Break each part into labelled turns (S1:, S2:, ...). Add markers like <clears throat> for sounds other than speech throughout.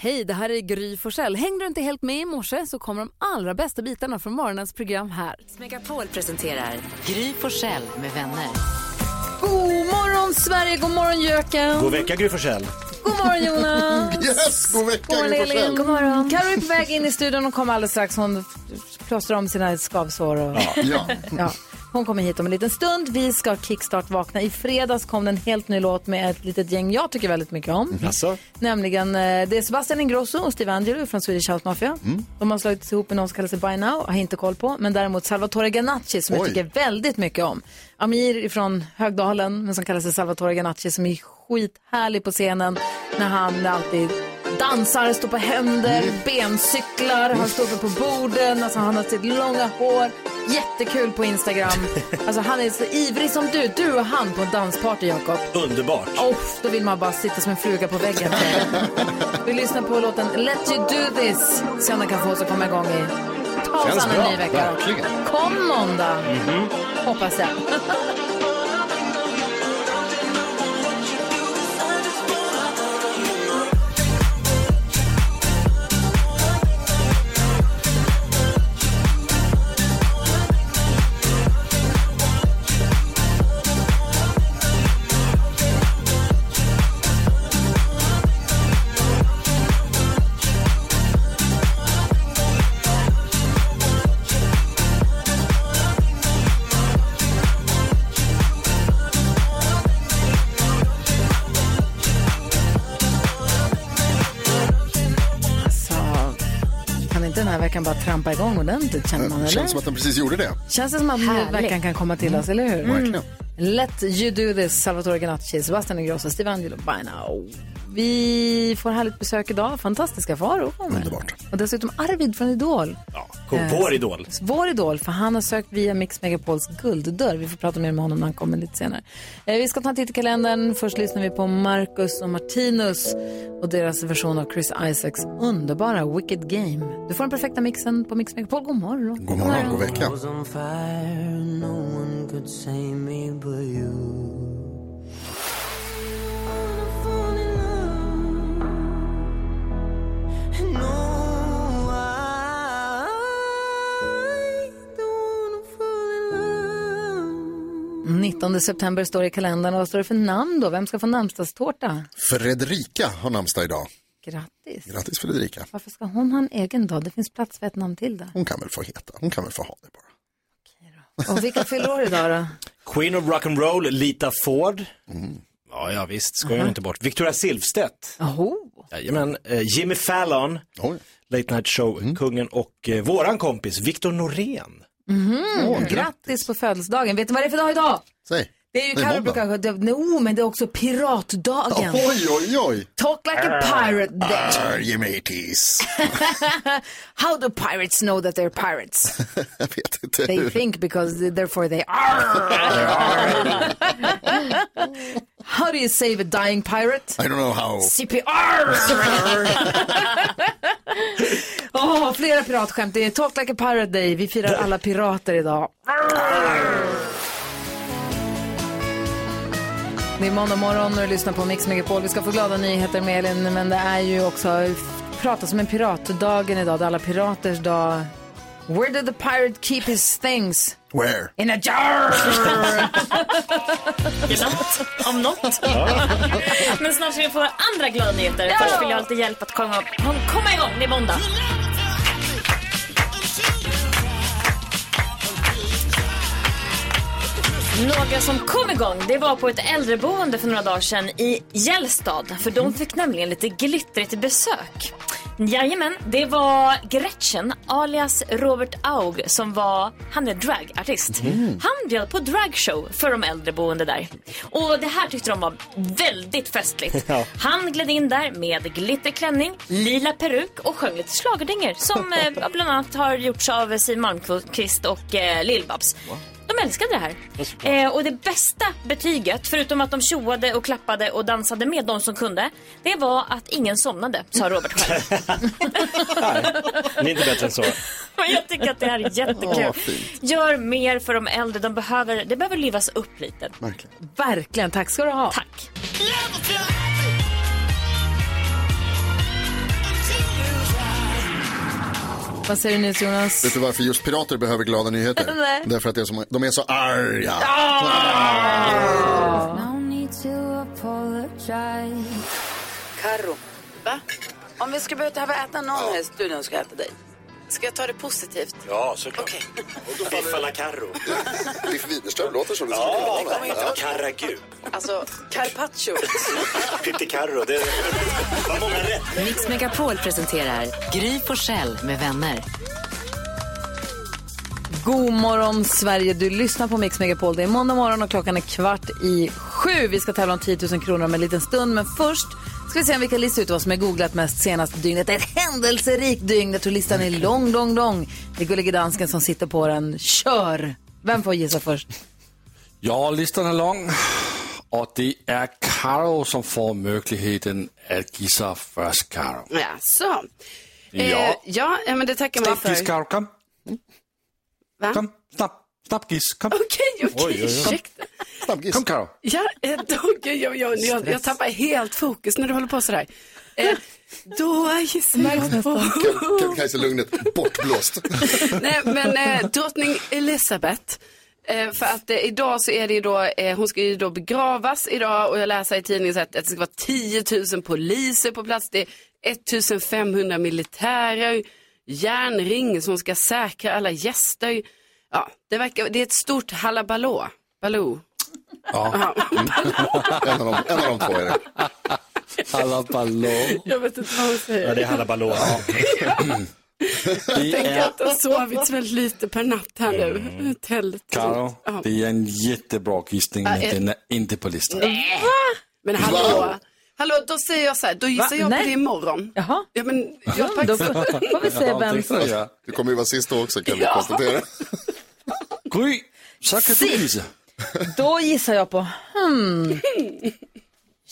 S1: Hej, det här är Gry Forssell. Hängde du inte helt med i morse så kommer de allra bästa bitarna från morgonens program här.
S2: Megapol presenterar Gry Forssell med vänner.
S1: God morgon Sverige, god morgon Jöken.
S3: God vecka Gry Forssell.
S1: God morgon Jonas.
S4: <laughs> Yes, god vecka,
S1: God morgon
S4: Gry Forssell.
S1: Elin. God morgon. Karo är på väg in i studion och kommer alldeles strax. Hon plåstrar om sina skavsår. Och...
S4: Ja.
S1: Ja. Hon kommer hit om en liten stund. Vi ska kickstart-vakna. I fredags kom det en helt ny låt med ett litet gäng jag tycker väldigt mycket om.
S4: Mm.
S3: Alltså,
S1: Nämligen, eh, det är Sebastian Ingrosso och Steve Angelo från Swedish House Mafia.
S3: Mm.
S1: De har slagits ihop med någon som kallar sig By Now, har jag inte koll på. Men däremot Salvatore Ganacci som jag
S4: Oj.
S1: tycker väldigt mycket om. Amir från Högdalen, men som kallar sig Salvatore Ganacci som är skithärlig på scenen när han alltid dansar, står på händer, bencyklar, han står uppe på borden, alltså han har sitt långa hår. Jättekul på Instagram. Alltså han är så ivrig som du, du och han på en dansparty Jakob.
S3: underbart.
S1: Off, då vill man bara sitta som en fluga på väggen. säger jag. Vi lyssnar på låten Let You Do This. Se om den kan få oss att komma igång i... Ta oss
S4: Känns
S1: an
S4: bra,
S1: en ny vecka.
S4: verkligen. Mhm.
S1: Kom måndag,
S4: <laughs>
S1: hoppas jag. Alltså, kan inte den här veckan bara trampa igång ordentligt, känner man?
S4: Det Mm,
S1: Eller?
S4: känns som att den precis gjorde det.
S1: Känns det som att
S2: Härligt.
S1: veckan kan komma till oss, eller hur? Mm.
S4: Verkligen.
S1: Let You Do This, Salvatore Ganacci, Sebastian Ingrosso, Steve Angelo, by now. Vi får härligt besök idag. Fantastiska faror kommer.
S4: Underbart.
S1: Och dessutom Arvid från Idol.
S3: Ja, kom på Idol.
S1: Vår idol, för han har sökt via Mix Megapols gulddörr. Vi får prata mer med honom när han kommer lite senare. Eh, vi ska ta en titt i kalendern. Först lyssnar vi på Marcus och Martinus och deras version av Chris Isaacs underbara Wicked Game. Du får den perfekta mixen på Mix Megapol. God morgon.
S4: God morgon, god vecka.
S1: Mm, 19 september står det i kalendern. Och Vad står det för namn då? Vem ska få namnsdagstårta?
S4: Fredrika har namnsdag idag.
S1: Grattis.
S4: Grattis Fredrika.
S1: Varför ska hon ha en egen dag? Det finns plats för ett namn till där.
S4: Hon kan väl få heta, hon kan väl få ha det bara.
S1: Och vilka fyller år idag då?
S3: Queen of Rock'n'Roll, Lita Ford.
S4: Mm.
S3: Ja, ja visst, skojar jag inte bort. Victoria Silvstedt.
S1: Oho.
S3: Jajamän. Eh, Jimmy Fallon,
S4: Oj, Mm.
S3: Late Night Show-kungen och eh, våran kompis Victor Norén.
S4: <laughs> Åh,
S1: Mhm. Grattis på födelsedagen. Vet du vad det är för dag idag?
S4: säg.
S1: Det är ju
S4: Det är
S1: Carro
S4: måndag.
S1: brukar... det- No, men det är också piratdagen.
S4: Oj, oj, oj.
S1: Talk like a
S4: Äh,
S1: pirate day.
S4: Arr, Ge mig tis.
S1: <laughs> How do pirates know that they're pirates?
S4: <laughs> Jag vet inte <laughs>
S1: They
S4: hur.
S1: think because therefore they are. <laughs> How do you save a dying pirate?
S4: I don't know how.
S1: CPR! Åh, flera piratskämt. Det är Talk like a pirate day. Vi firar alla pirater idag. Det är måndag morgon och du lyssnar på Mix Megapol. Vi ska få glada nyheter med Elin, men det är ju också prata som en piratdagen idag. Det är alla piraters dag. Where did the pirate keep his things?
S4: Where?
S1: In a jar!
S5: <laughs> om något. <laughs> Men snart ska vi få andra glada nyheter. Först vill jag ha lite hjälp att komma, komma igång. Det är måndag. Några som kom igång, det var på ett äldreboende för några dagar sedan i Gällstad. För de fick nämligen lite glittrigt besök. Jajamän, det var Gretchen alias Robert Aug som var, han är dragartist. Han bjöd på dragshow för de äldreboende där. Och det här tyckte de var väldigt festligt. Han gled in där med glitterklänning, lila peruk och sjöng lite schlagerdängor som eh, bland annat har gjorts av Siw Malmkvist och eh, Lill-Babs. De älskade det här. Eh, och det bästa betyget, förutom att de tjoade och klappade och dansade med de som kunde, det var att ingen somnade, sa Robert själv.
S3: Det är inte bättre än så.
S5: <laughs> Men jag tycker att det här är
S4: Åh,
S5: jättekul.
S4: fint.
S5: Gör mer för de äldre, de behöver, det behöver livas upp lite.
S4: Verkligen.
S1: Verkligen. Tack ska du ha.
S5: Tack.
S1: Vad säger du nu Jonas?
S4: Vet du varför just pirater behöver glada nyheter?
S1: <laughs> Nej.
S4: Därför att det är som, de är så arga.
S6: Karo. Va? Om vi ska börja behöva äta någon här i studion ska jag äta dig. Ska jag ta det positivt?
S3: Ja, såklart.
S6: Okej.
S3: Biffa la Carro.
S4: Biff Widerström låter som det
S3: Carragu.
S6: Alltså, carpaccio.
S3: Pytte Carro. Det
S4: <laughs>
S3: var många rätt.
S2: <laughs> Mix Megapol presenterar Gry på Själ med vänner.
S1: God morgon Sverige, du lyssnar på Mix Megapol. Det är måndag morgon och klockan är kvart i sju. Vi ska tävla om 10 000 kronor om en liten stund, men först ska vi se om vi kan lista ut vad som är googlat mest senaste dygnet. Det är Ett händelserikt dygn. Jag tror listan är lång, lång, lång. Det är Gullige Dansken som sitter på den. Kör! Vem får gissa först?
S7: Ja, listan är lång. Och det är Karo som får möjligheten att gissa först, Karo.
S6: Jaså?
S7: Ja.
S6: Eh, ja, eh, men det tackar man
S7: Snabbt
S6: för.
S7: giss, Karo. Kom.
S6: Va?
S7: Kom. Snabbt. Snabbt giss. Kom.
S6: Okej, okej, ursäkta.
S4: Snabbgiss.
S7: Kom, Karo.
S6: Ja, eh, då, gud, jag, jag, jag, jag tappar helt fokus när du håller på sådär. Eh, då gissar jag på...
S4: Kebnekaise-lugnet
S1: <laughs>
S4: bortblåst.
S6: Nej, men eh, drottning Elizabeth. Eh, för att eh, idag så är det ju då, eh, hon ska ju då begravas idag och jag läser i tidningen så att, att det ska vara 10 000 poliser på plats. Det är 1500 militärer, järnring som ska säkra alla gäster. Ja, det verkar, det är ett stort halabalå. Baloo. Ja.
S4: Mm. En av, dem, en av de två är det.
S7: Alla ballong.
S6: Jag vet inte vad hon säger.
S3: Ja, det är Hallabaloo.
S7: Det
S6: Jag
S7: är,
S6: har inte sovit väldigt lite per natt här
S3: Mm.
S6: nu. Tält.
S7: Karo,
S6: Ja.
S7: det är en jättebra gissning, men
S6: eh.
S7: den är inte på listan.
S6: Men hallå, hallå, då säger jag så här, då gissar
S1: Va?
S6: jag
S1: Nej.
S6: på det imorgon.
S1: Jaha.
S6: Ja, men jag har
S1: Då
S6: faktiskt...
S1: får, får vi se vem som...
S7: Ja.
S4: Du kommer ju vara sist då också kan vi konstatera.
S7: Gry, så kan du gissa.
S1: Då gissar jag på... Hmm.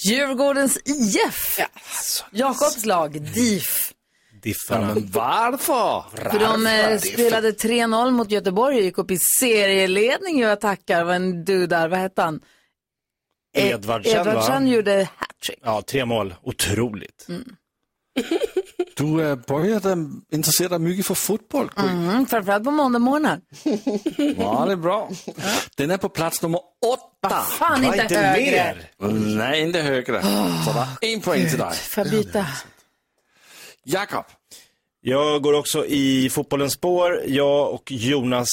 S1: Djurgårdens IF. Jakobs lag, DIF.
S7: Ja,
S3: Diffarna.
S7: men varför?
S1: För de eh, spelade 3-0 mot Göteborg och gick upp i serieledning. ju, Jag tackar. Var en du där, vad hette han? Eh,
S3: Edvardsen,
S1: Edvardsen
S3: va?
S1: gjorde Mm. hattrick.
S3: Ja, tre mål. Otroligt.
S7: Du eh, började intressera dig mycket för fotboll, Gry.
S1: Mm, framförallt på måndagmorgnar. <laughs>
S7: Ja, det är bra. Den är på plats nummer åtta.
S1: Fan
S3: Ja,
S1: inte, högre.
S7: Nej, inte högre. Så det är en poäng till dig.
S1: Får jag byta?
S7: Jakob.
S3: Jag går också i fotbollens spår. Jag och Jonas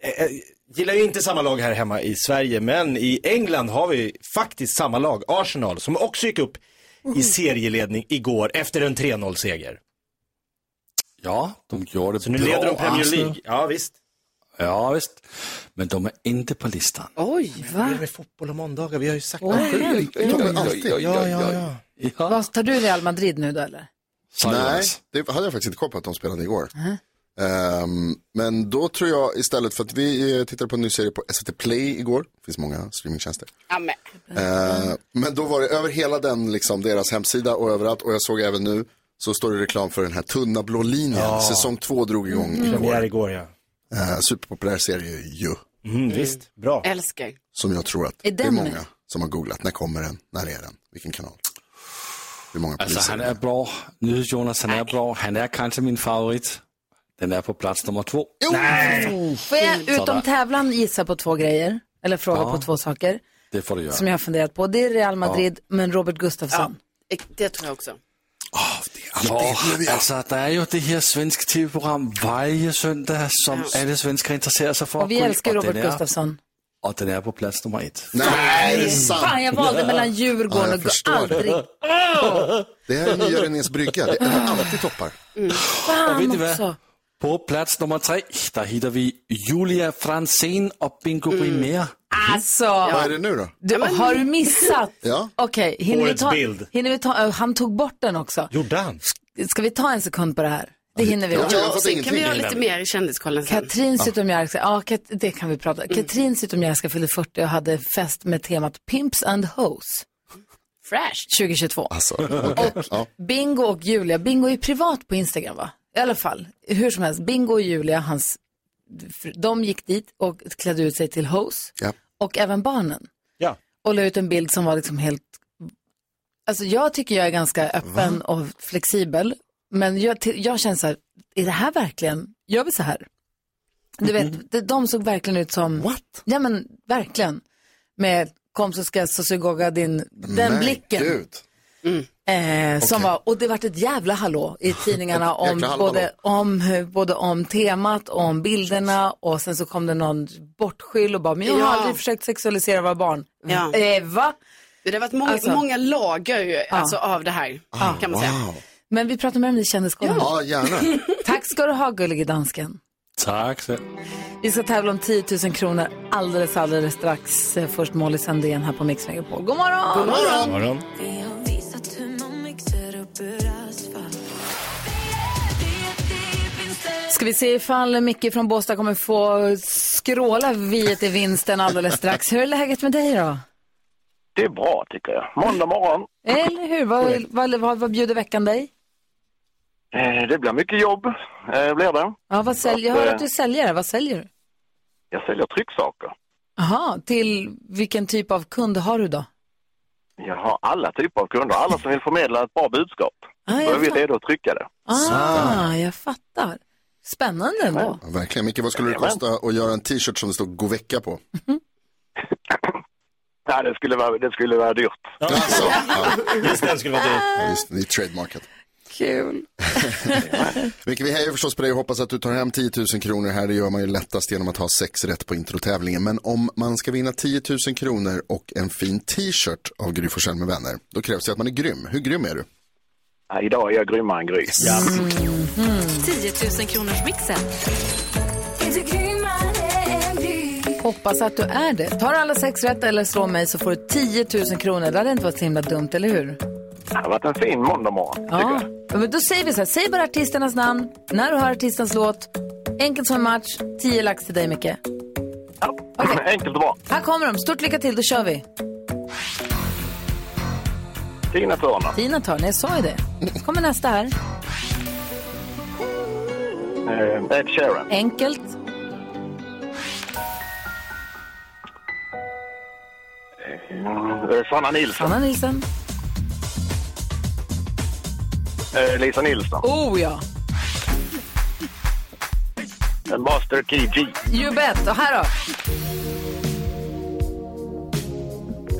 S3: eh, eh, gillar ju inte samma lag här hemma i Sverige, men i England har vi faktiskt samma lag, Arsenal, som också gick upp
S7: Mm.
S3: i serieledning igår efter en 3-0-seger.
S7: Ja, de gjorde det
S3: Så nu
S7: bra.
S3: leder de Premier
S7: Arsenal.
S3: League. Ja, visst.
S7: Ja, visst. Men de är inte på listan.
S6: Oj,
S3: Vad är det med fotboll och måndagar? Vi har ju sagt
S4: Kommer alltid.
S3: Ja, ja, ja.
S7: Ja.
S1: Vad tar du Real Madrid nu då eller?
S7: Så
S4: Nej,
S7: Jonas.
S4: det hade jag faktiskt inte koll på att de spelade igår. Ehm, men då tror jag istället för att vi eh, tittade på en ny serie på SVT Play igår. Det finns många streamingtjänster.
S6: ja, men.
S4: Eh, men då var det över hela den, liksom, deras hemsida och överallt. Och jag såg även nu så står det reklam för den här tunna blå linjen. Säsong två drog igång
S1: Mm.
S4: igår.
S3: Premiär igår, ja.
S4: Eh, superpopulär serie ju.
S3: Mm, visst, bra.
S6: Älskar. Eh,
S4: Som jag tror att
S1: Är
S4: det är
S1: den
S4: många
S1: med?
S4: som har googlat. När kommer den? När är den? Vilken kanal? Hur många poliser?
S7: Alltså, han är bra. Nu Jonas, han är bra. Han är kanske min favorit. Den är på plats nummer två.
S1: Får jag utom tävlan gissa på två grejer? Eller fråga på två saker
S7: Det får du göra.
S1: som jag har funderat på. Det är Real Madrid, men Robert Gustafsson.
S6: Eh, Det tror jag också.
S7: Ja, alltså, det är ju det här svenska tv-program varje söndag som alla svenskar intresserar sig för.
S1: Och vi
S7: Gry.
S1: älskar Robert
S7: den är-
S1: Gustafsson.
S7: Och den är på plats nummer ett.
S4: Nej, det är sant.
S1: Fan, jag valde mellan Djurgården
S4: Ja, jag
S1: och Gu-
S4: förstår.
S1: aldrig.
S4: Det här är nya Renés brygga. Det är alltid toppar.
S7: Och vet ni
S1: Mm. Fan
S7: vad?
S1: också.
S7: På plats nummer tre, där hittar vi Julia Franzén och Bingo
S4: Mm.
S7: Rimér.
S1: Alltså.
S4: Vad är det nu då?
S1: Du, Har du <laughs> missat?
S4: Ja.
S1: Okej, hinner, vi
S3: Årets
S1: ta,
S3: bild.
S1: hinner vi ta, ö, han tog bort den också.
S3: Gjorde han?
S1: Ska vi ta en sekund på det här? Det hinner vi.
S4: Jag tror jag
S6: Och
S4: har fått
S6: sen kan vi
S4: ingenting.
S6: göra lite mer i Kändiskollen sen.
S1: Katrin Zytomierska, ja Kat- det kan vi prata
S6: Mm.
S1: om. Katrin Zytomierska fyllde 40 och hade fest med temat Pimps and Hoes
S6: Fresh.
S1: 2022.
S4: Alltså, okej. ja.
S1: Bingo och Julia, Bingo är privat på Instagram va? I alla fall, hur som helst, Bingo och Julia, hans, de gick dit och klädde ut sig till Hoes
S4: Ja.
S1: och även barnen.
S3: Ja.
S1: och la ut en bild som var liksom helt... Alltså jag tycker jag är ganska öppen och flexibel. Men jag, t- jag känner så här, är det här verkligen, gör vi så här? Du vet, de, de såg verkligen ut som... What? Ja men verkligen. Med kom så ska jag sossegoga din, den
S4: Nej,
S1: blicken.
S4: Gud.
S6: Mm.
S1: Eh, som var, och det vart ett jävla hallå i tidningarna
S4: Ett
S1: om
S4: jäkla hallå.
S1: både, om både om temat, om bilderna och sen så kom det någon bortskyll och bara, men jag har
S6: Ja.
S1: aldrig försökt sexualisera våra barn.
S6: Ja.
S1: Eh, va?
S6: Det har varit många,
S1: Alltså.
S6: många lager ju, alltså, av det här. kan man säga.
S4: Wow.
S1: Men vi pratar mer om det i kändiskollen.
S4: Ja, gärna.
S1: <laughs> Tack ska du ha gullige dansken.
S7: Tack. så-
S1: Vi ska tävla om 10 000 kronor alldeles, alldeles strax. Eh, Först Molly Sandén här på Mix Megapol. God morgon! God morgon!
S3: Morgon.
S1: Ska vi se ifall Micke från Båstad kommer få skråla viet i vinsten alldeles strax. Hur är läget med dig då?
S8: Det är bra tycker jag. Måndag morgon.
S1: Eller hur? Vad, vad, vad, vad bjuder veckan dig?
S8: Eh, Det blir mycket jobb, eh, blir det.
S1: Ja, vad säljer? Jag hör att du säljer. Vad säljer du?
S8: Jag säljer trycksaker.
S1: Aha, till vilken typ av kund har du då?
S8: Jag har alla typer av kunder, alla som vill förmedla ett bra budskap.
S1: Ah,
S8: Och jag
S1: jag,
S8: vill
S1: fattar.
S8: redo att trycka det.
S1: Ah, jag fattar. Spännande ändå.
S4: Ja, verkligen. Micke, vad skulle det kosta att göra en t-shirt som det står God vecka på?
S8: Nej, det skulle vara, det skulle vara dyrt.
S1: <laughs>
S4: Alltså, ja,
S3: Just den skulle vara dyr.
S4: just det, det är trademarket.
S1: Kul.
S4: Micke, vi hejar förstås på dig och hoppas att du tar hem 10 000 kronor här. Det gör man ju lättast genom att ha sex rätt på introtävlingen. Men om man ska vinna 10 000 kronor och en fin t-shirt av Gry Forssell med vänner, då krävs det att man är grym. Hur grym är du?
S8: Ja, idag är jag grymmare än Gry.
S1: Mm. Mhm.
S2: 10 000 kronors mixen.
S1: Hoppas att du är det. Tar alla sex rätt eller slår mig så får du 10 000 kronor. Det hade inte varit så himla dumt, eller hur?
S8: Det har varit en fin måndag morgon.
S1: Ja. Ja, Men då säger vi så här, säg bara artisternas namn, när du hör artistens låt, enkelt som en match, 10 lax till dig Micke.
S8: Ja. <laughs> Enkelt och bra.
S1: Här kommer de, stort lycka till, då kör vi.
S8: Tina Turner,
S1: Tina Turner, jag sa ju det. Så kommer nästa här,
S8: eh, Ed Sheeran,
S1: enkelt.
S8: eh, Sanna Nilsson,
S1: Anna Nilsson.
S8: eh, Lisa Nilsson,
S1: Oh ja, Oh.
S8: eh, Master Key G,
S1: you bet. Och här då?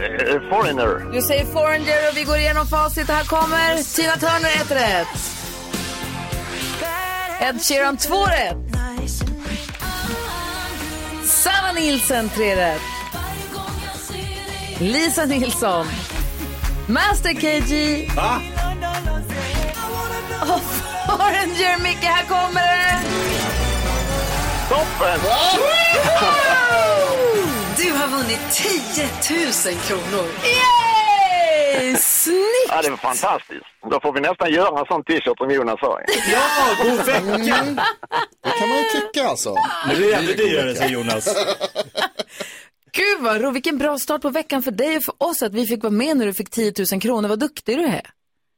S8: eh, Foreigner,
S1: Du säger Foreigner och vi går igenom facit. Här kommer Tina Turner, ett rätt. Ed Sheeran, två rätt. Sanna Nilsson, tre rätt. Lisa Nilsson. Master KG.
S3: Va?
S1: Och Foreigner, Micke, här kommer det.
S8: toppen!
S2: Du har vunnit 10 000 kronor.
S1: Yay! Snyggt!
S8: Ja, det var fantastiskt. Då får vi nästan göra en sån t-shirt som Jonas sa.
S3: Ja, god vecka!
S4: Mm. Det kan man ju tycka alltså.
S3: Men det är jävligt dyrare, säger Jonas.
S1: Gud vad roligt, vilken bra start på veckan för dig och för oss att vi fick vara med när du fick 10 000 kronor. Vad duktig du är.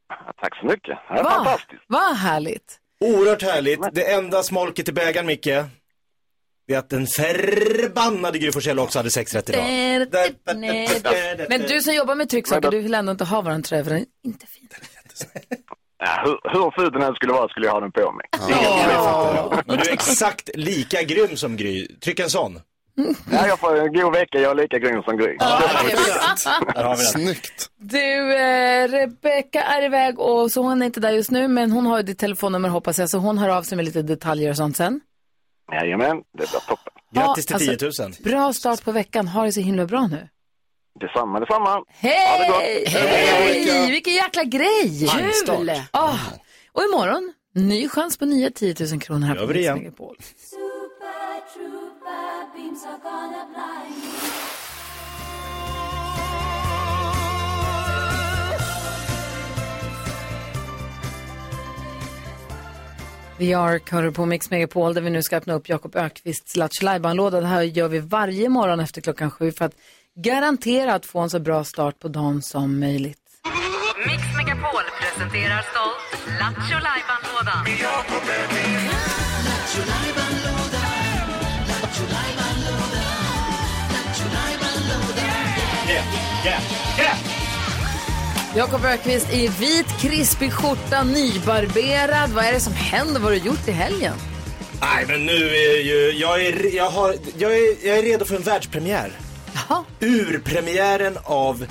S8: Ja, Tack så mycket. Det är
S1: Va?
S8: fantastiskt.
S1: Vad härligt.
S3: Oerhört härligt. Det enda smolket i bägaren, Micke, det är att den förbannade Gry Forssell också hade sex rätt idag.
S1: Men du som jobbar med trycksaker, du vill ändå inte ha våran tröja för den är inte fin.
S8: Ja, hur, hur ful den än skulle vara skulle jag ha den på mig.
S3: Men du är exakt lika grym som Gry. Tryck en sån.
S8: Ja, jag får en god vecka, jag är lika grym som Gry.
S3: Där har vi den.
S4: Snyggt.
S1: <laughs> Du, eh, Rebecka är iväg och så hon är inte där just nu men hon har ju ditt telefonnummer hoppas jag så hon hör av sig med lite detaljer och sånt sen.
S8: Jajamän, det blir toppen.
S3: Grattis
S1: Ja, alltså-
S3: till 10 000.
S1: Bra start på veckan, ha det så himla bra nu.
S8: Detsamma, detsamma. Ha det
S1: Hej!
S8: gott.
S1: Hej! Vilken jäkla grej!
S6: Kul!
S1: Ah,
S3: Mm.
S1: och imorgon, ny chans på nya 10 000 kronor här
S3: Gör
S1: på
S3: vi det
S1: Mix
S3: igen.
S1: Megapol. Vi har Körre på Mix Megapol där vi nu ska öppna upp Jakob Ökvists Lattjo låda Det här gör vi varje morgon efter klockan sju för att garantera att få en så bra start på dagen som möjligt.
S2: Mix Megapol presenterar stolt Lattjo Lajban-lådan.
S1: Jakob Ökvist i vit krispig skjorta, nybarberad. Vad är det som händer? Vad har du gjort i helgen?
S3: Nej, men nu är ju... Jag är, jag har, jag är, jag är redo för en världspremiär.
S1: Jaha.
S3: Urpremiären av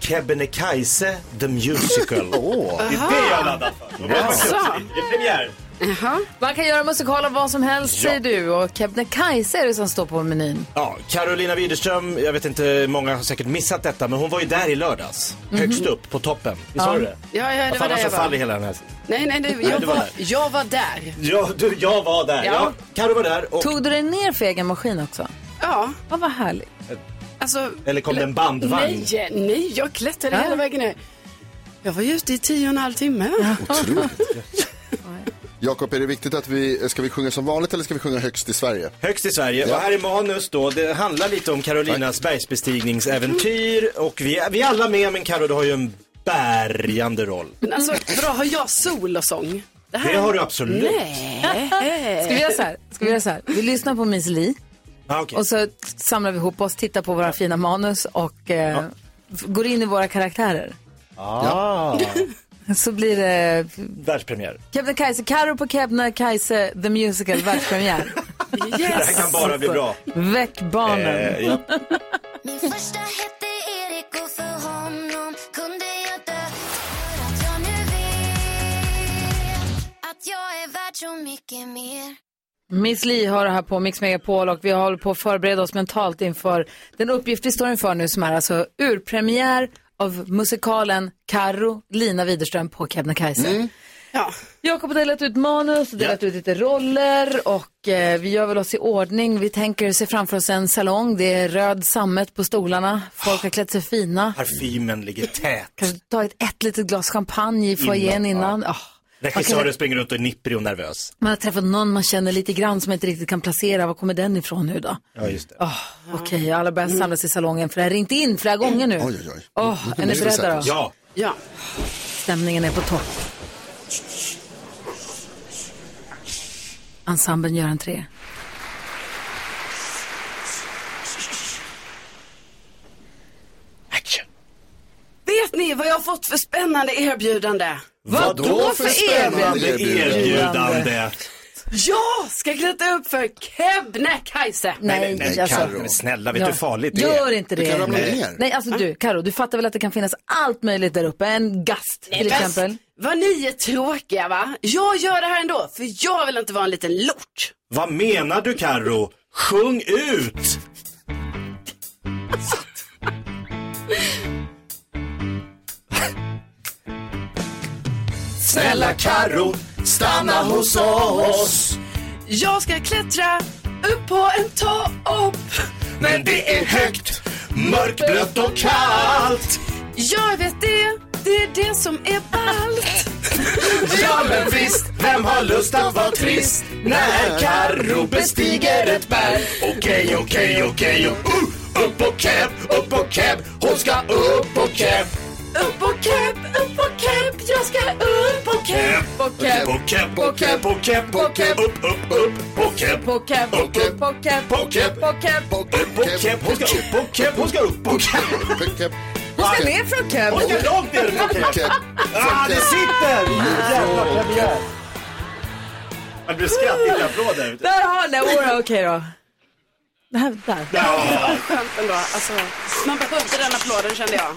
S3: Kebnekaise The Musical. Det är det jag laddar för. Det var kul. Det är premiär.
S1: Alltså. Man kan göra musikal av vad som helst, säger du. Och Kebnekaise är det som står på menyn.
S3: Ja, Carolina Widerström, jag vet inte, många har säkert missat detta, men hon var ju där i lördags. Högst upp, på toppen. Mhm.
S1: Ja.
S3: Visst var du det?
S6: Ja, ja, det var
S3: För
S6: där
S3: annars så
S6: jag
S3: faller
S6: var.
S3: hela den här.
S6: Nej, nej, nej, jag
S3: du var
S6: var,
S3: där.
S6: jag var där.
S3: Ja, du, jag var där. Ja.
S6: Ja.
S3: Karo var där och...
S1: Tog du dig ner för egen maskin också?
S6: Ja,
S1: Ja, vad härligt.
S6: alltså.
S3: Eller kom det en bandvagn?
S6: Nej, nej, jag klättrade
S1: Ja.
S6: hela vägen ner. Jag var ute i tio och en halv timme.
S4: Otroligt. <laughs> Jakob, är det viktigt att vi, ska vi sjunga som vanligt eller ska vi sjunga högst i Sverige?
S3: Högst i Sverige.
S4: Ja.
S3: Och här är manus då. Det handlar lite om Carolinas bergsbestigningsäventyr. Och vi är, vi är alla med, men Karo, du har ju en bärgande roll.
S6: Men alltså, bra, har jag sol och sång?
S3: Det har du absolut.
S6: Nej.
S1: Eh, Ska vi göra så här? Ska vi, göra så här? vi lyssnar på Miss Li
S3: Ah, okay.
S1: och så samlar vi ihop oss, tittar på våra fina manus och eh, f- går in i våra karaktärer.
S3: ah. <laughs>
S1: Så blir det
S3: Världspremiär.
S1: Kebnekaise, Karo på Kebnekaise, The Musical, världspremiär.
S3: Det här kan bara bli bra.
S1: Väck barnen.
S3: Eh, ja.
S9: Min
S1: <laughs>
S9: första hette Erik och för honom kunde jag dö För att jag nu vet att jag är värd så mycket mer
S1: Miss Li har det här på Mix Megapol och vi håller på att förbereda oss mentalt inför den uppgift vi står inför nu som är alltså urpremiär av musikalen Karo Lina Widerström på Kebnekaise.
S6: Ja.
S1: Jakob har delat ut manus, och delat ut lite roller och eh, vi gör väl oss i ordning. Vi tänker se framför oss en salong, det är röd sammet på stolarna, folk har klätt sig fina.
S3: Parfymen ligger tät.
S1: Kanske tagit ett litet glas champagne i foajén innan. Ah.
S3: Regissören springer runt och är nipprig och nervös.
S1: Man har träffat någon man känner lite grann som man inte riktigt kan placera. Var kommer den ifrån nu då?
S3: Ja, just det.
S1: Oh, Okej, alla börjar samlas i salongen för det har ringt in flera gånger nu.
S4: Oj, oj, oj.
S1: Åh, är ni
S4: ska vi sätta
S1: beredda
S4: oss.
S1: då?
S3: Ja,
S6: ja.
S1: Stämningen är på topp. Ensemblen gör entré.
S3: action.
S6: Vet ni vad jag har fått för spännande erbjudande?
S3: Vad
S4: då för
S3: spännande
S4: erbjudande?
S3: erbjudande?
S6: Jag ska klättra upp för Kebnekaise.
S1: Nej, alltså,
S4: nej, Karo.
S3: Men snälla, vet du hur farligt det
S1: Gör
S3: är?
S1: inte
S4: Du
S1: det.
S4: kan ramla ner.
S1: Nej, alltså du, Karo, du fattar väl att det kan finnas allt möjligt där uppe? En gast till exempel.
S6: Vad ni är tråkiga va? Jag gör det här ändå, för jag vill inte vara en liten lort.
S3: Vad menar du, Karo? Sjung ut!
S1: Äh,
S3: Snälla Karo, stanna hos oss.
S6: Jag ska klättra upp på en topp.
S3: Men det är högt, mörkblött och kallt.
S6: Jag vet det, det är det som är ballt.
S3: Ja men visst, vem har lust att vara trist när Karo bestiger ett berg? Okej, okej, okej, uh, upp och Keb, upp och Keb, hon ska upp och Keb.
S6: Upp och Keb, upp och Keb, jag ska upp och Keb.
S1: På kepp,
S3: På Keb, på Keb, på Keb, på Keb, upp, upp, upp, på Keb.
S1: på kepp,
S3: På kepp.
S1: på kepp,
S3: På kepp.
S1: på kepp.
S3: Upp och Keb, hon ska upp och Keb, hon ska upp och Keb.
S1: Hon ska ner från kepp.
S3: Hon ska långt ner på Keb. Ah, det sitter! Jävla premiär. Det blir skratt, inte applåder.
S1: Där har ni, Ora, okej då. Det här, där.
S6: Skönt ändå, alltså. Man behövde den applåden kände jag.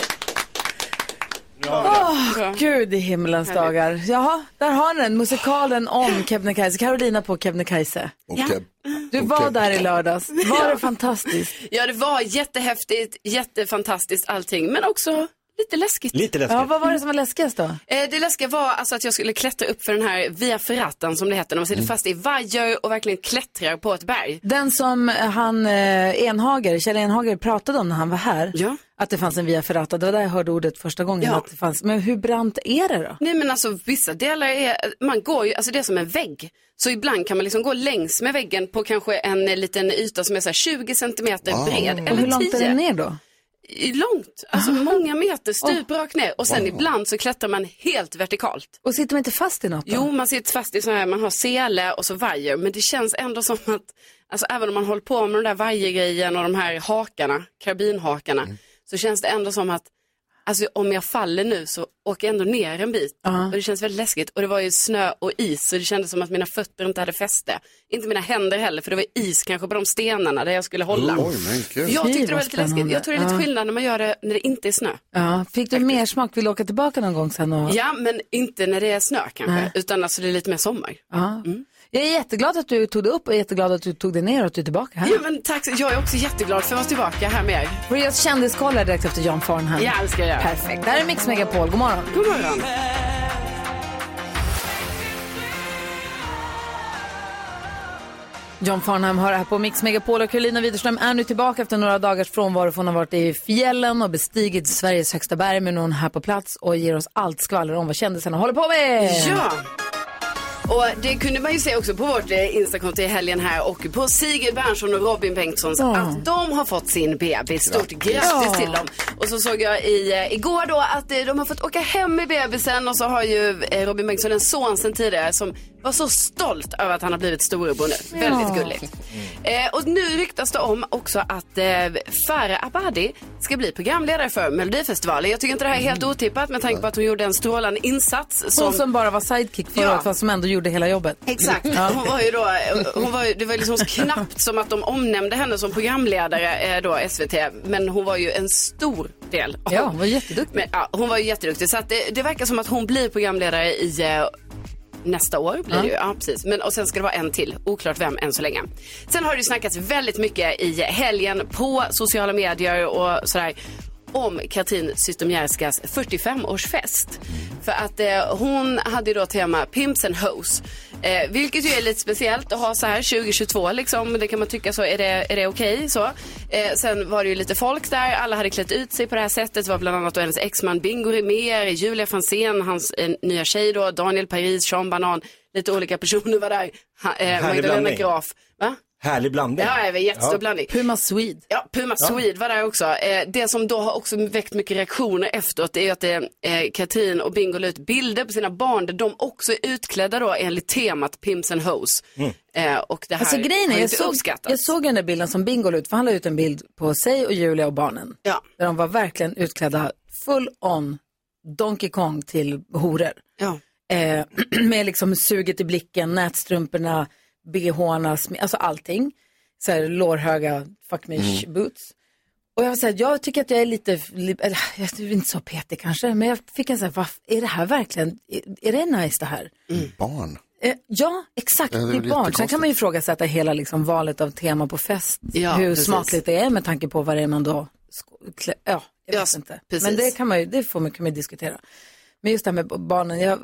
S1: Gud i himlens dagar. Jaha, där har ni den, musikalen om Kebnekaise. Carolina på Kebnekaise.
S4: Okej.
S1: Du var där i lördags. Var det fantastiskt?
S6: Ja, det var jättehäftigt, jättefantastiskt allting, men också lite läskigt.
S3: Lite läskigt.
S1: Ja, vad var det som var läskigast då?
S6: Eh, det läskiga var alltså att jag skulle klättra upp för den här via ferratan som det heter, när man sitter fast i vajer och verkligen klättrar på ett berg.
S1: Den som han eh, Enhager, Kjell Enhager pratade om när han var här.
S6: Ja.
S1: Att det fanns en via ferrata. Det var där jag hörde ordet första gången.
S6: Ja.
S1: Att det fanns. Men hur brant är det då?
S6: Nej men alltså vissa delar är, man går ju, alltså det är som en vägg. Så ibland kan man liksom gå längs med väggen på kanske en eh, liten yta som är så här 20 centimeter bred.
S1: Och
S6: Eller
S1: hur långt
S6: 10.
S1: är det ner då?
S6: I- Långt, alltså många meter stup rakt ner. Och sen ibland så klättrar man helt vertikalt.
S1: Och sitter man inte fast i något då?
S6: Jo, man sitter fast i så här, man har sele och så vajer, men det känns ändå som att, alltså även om man håller på
S4: Mm.
S6: med den där vajergrejen och de här hakarna, karbinhakarna, så känns det ändå som att alltså om jag faller nu så åker jag ändå ner en bit. Och det känns väldigt läskigt. Och det var ju snö och is och det kändes som att mina fötter inte hade fäste. Inte mina händer heller för det var is kanske på de stenarna där jag skulle hålla.
S4: Oj, men gud.
S6: jag tyckte
S1: Fy,
S6: det
S1: vad
S6: var lite läskigt.
S1: spännande.
S6: Jag tror det är lite
S1: Ja.
S6: skillnad när man gör det när det inte är snö.
S1: Ja. Fick du mer smak? Vill du åka tillbaka någon gång sen? Och...
S6: Ja, men inte när det är snö kanske.
S1: Nej.
S6: Utan alltså det är lite mer sommar.
S1: Ja. Jag är jätteglad att du tog det upp och jätteglad att du tog det ner och att du är tillbaka här.
S6: Ja, men tack. så- Jag är också jätteglad för att vara tillbaka här med er.
S1: Får du göra ett kändiskoll här direkt efter John Farnham?
S6: Ja, det ska jag göra.
S1: Perfekt. Det här är Mix Megapol. God morgon.
S6: God morgon.
S1: John Farnham hör här på Mix Megapol och Karolina Widerström är nu tillbaka efter några dagars frånvaro. för Hon har varit i fjällen och bestigit Sveriges högsta berg men nu är hon här på plats och ger oss allt skvaller om vad kändisarna håller på med.
S6: Ja. Och det kunde man ju se också på vårt eh, Instagram till helgen här och på Sigrid Bernson och Robin Bengtssons
S1: Ja.
S6: att de har fått sin bebis. Stort grattis
S1: Ja.
S6: till dem. Och så såg jag i, eh, igår då att eh, de har fått åka hem med bebisen och så har ju eh, Robin Bengtsson en son sen tidigare som var så stolt över att han har blivit storebror nu. Väldigt gulligt. Eh, och nu ryktas det om också att eh, Farah Abadi ska bli programledare för Melodifestivalen. Jag tycker inte det här är helt otippat med tanke på att hon gjorde en strålande insats.
S1: Mm. Hon som bara var sidekick förra
S6: Ja.
S1: året fast som ändå gjorde hela jobbet.
S6: Exakt.
S1: Ja.
S6: Hon var ju då, eh, hon var, ju- det var liksom knappt som att de omnämnde henne som programledare eh, då, SVT. Men hon var ju en stor del. av-
S1: Ja, hon var jätteduktig.
S6: Men, ja, hon var ju jätteduktig. Så att det, det verkar som att hon blir programledare i eh, nästa år. Blir det ju. Ja, precis. Men, och sen ska det vara en till. Oklart vem än så länge. Sen har det ju snackats väldigt mycket i helgen på sociala medier och sådär om Katrin Zytomierskas 45-årsfest. För att eh, hon hade ju då tema Pimps and Hoes. Eh, vilket ju är lite speciellt att ha så här 2022 liksom. Det kan man tycka så, är det, är det okej så? Eh, sen var det ju lite folk där, alla hade klätt ut sig på det här sättet. Det var bland annat då hennes exman Bingo Rimér, Julia Franzén, hans eh, nya tjej då, Daniel Paris, Sean Banan. Lite olika personer var där. Ha, eh, Magdalena
S3: blandning.
S6: Graf. Va?
S3: Härlig blandning.
S6: Ja, det var jättestor blandning.
S1: Puma Swede.
S6: Ja, Puma Swede var där också. Eh, det som då har också väckt mycket reaktioner efteråt det är att eh, Katrin och Bingo la ut bilder på sina barn där de också är utklädda då enligt temat Pimps and Hoes. Eh, och det här
S1: Alltså grejen
S6: har
S1: är,
S6: ju
S1: jag
S6: inte
S1: såg,
S6: uppskattats.
S1: jag såg den där bilden som Bingo la ut, för han la ut en bild på sig och Julia och barnen.
S6: Ja.
S1: Där de var verkligen utklädda full on Donkey Kong till horor.
S6: Ja.
S1: Eh, <clears throat> med liksom suget i blicken, nätstrumporna, bhna, smi- alltså allting. Så här lårhöga fuck me sh- boots. Och jag, var så här, jag tycker att jag är lite, li- eller, jag är inte så petig kanske, men jag fick en så här, "Va, är det här verkligen, är, är det nice det här?
S4: Barn.
S1: Eh, ja, exakt,
S4: Ja, det är
S1: det är
S4: väl
S1: barn. Sen
S4: jättekonstigt.
S1: kan man ju ifrågasätta hela liksom, valet av tema på fest,
S6: Ja,
S1: hur
S6: precis.
S1: smakligt det är med tanke på vad det är man då, sko- klä, ja, jag
S6: Ja,
S1: vet
S6: s-
S1: inte.
S6: precis.
S1: Men det kan man ju, det får man, kan man ju diskutera. Men just det här med b- barnen, jag,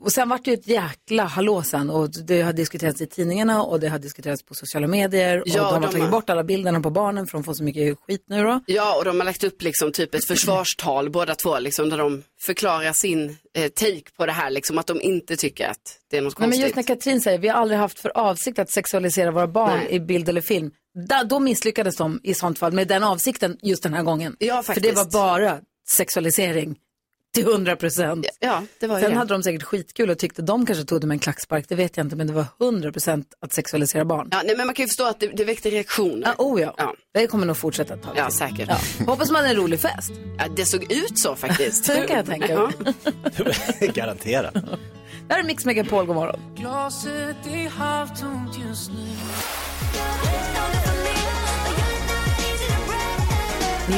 S1: och sen vart det ju ett jäkla hallå sen och det har diskuterats i tidningarna och det har diskuterats på sociala medier och
S6: Ja,
S1: de har
S6: de
S1: tagit
S6: har-
S1: bort alla bilderna på barnen för de får så mycket skit nu då.
S6: Ja, och de har lagt upp liksom typ ett försvarstal <laughs> båda två, liksom, där de förklarar sin eh, take på det här, liksom, att de inte tycker att det är något
S1: Nej, men
S6: konstigt.
S1: just när Katrin säger, vi har aldrig haft för avsikt att sexualisera våra barn
S6: Nej.
S1: i bild eller film. Da, då misslyckades de i sånt fall med den avsikten just den här gången.
S6: Ja,
S1: För det
S6: faktiskt.
S1: var bara sexualisering till 100 procent.
S6: Ja, det var ju
S1: Sen
S6: det.
S1: hade de säkert skitkul och tyckte de kanske tog det med en klackspark, det vet jag inte, men det var 100 procent att sexualisera barn. Ja.
S6: Ja, nej, men man kan ju förstå att det, det väckte reaktioner.
S1: oh ja.
S6: Ja.
S1: det kommer nog fortsätta ett tag
S6: Ja,
S1: till.
S6: säkert.
S1: Ja. Hoppas man hade en rolig fest,
S6: Ja, det såg ut så faktiskt.
S1: <laughs> så kan jag tänka mig.
S3: Garanterat.
S1: Det här är Mix Megapol, god morgon.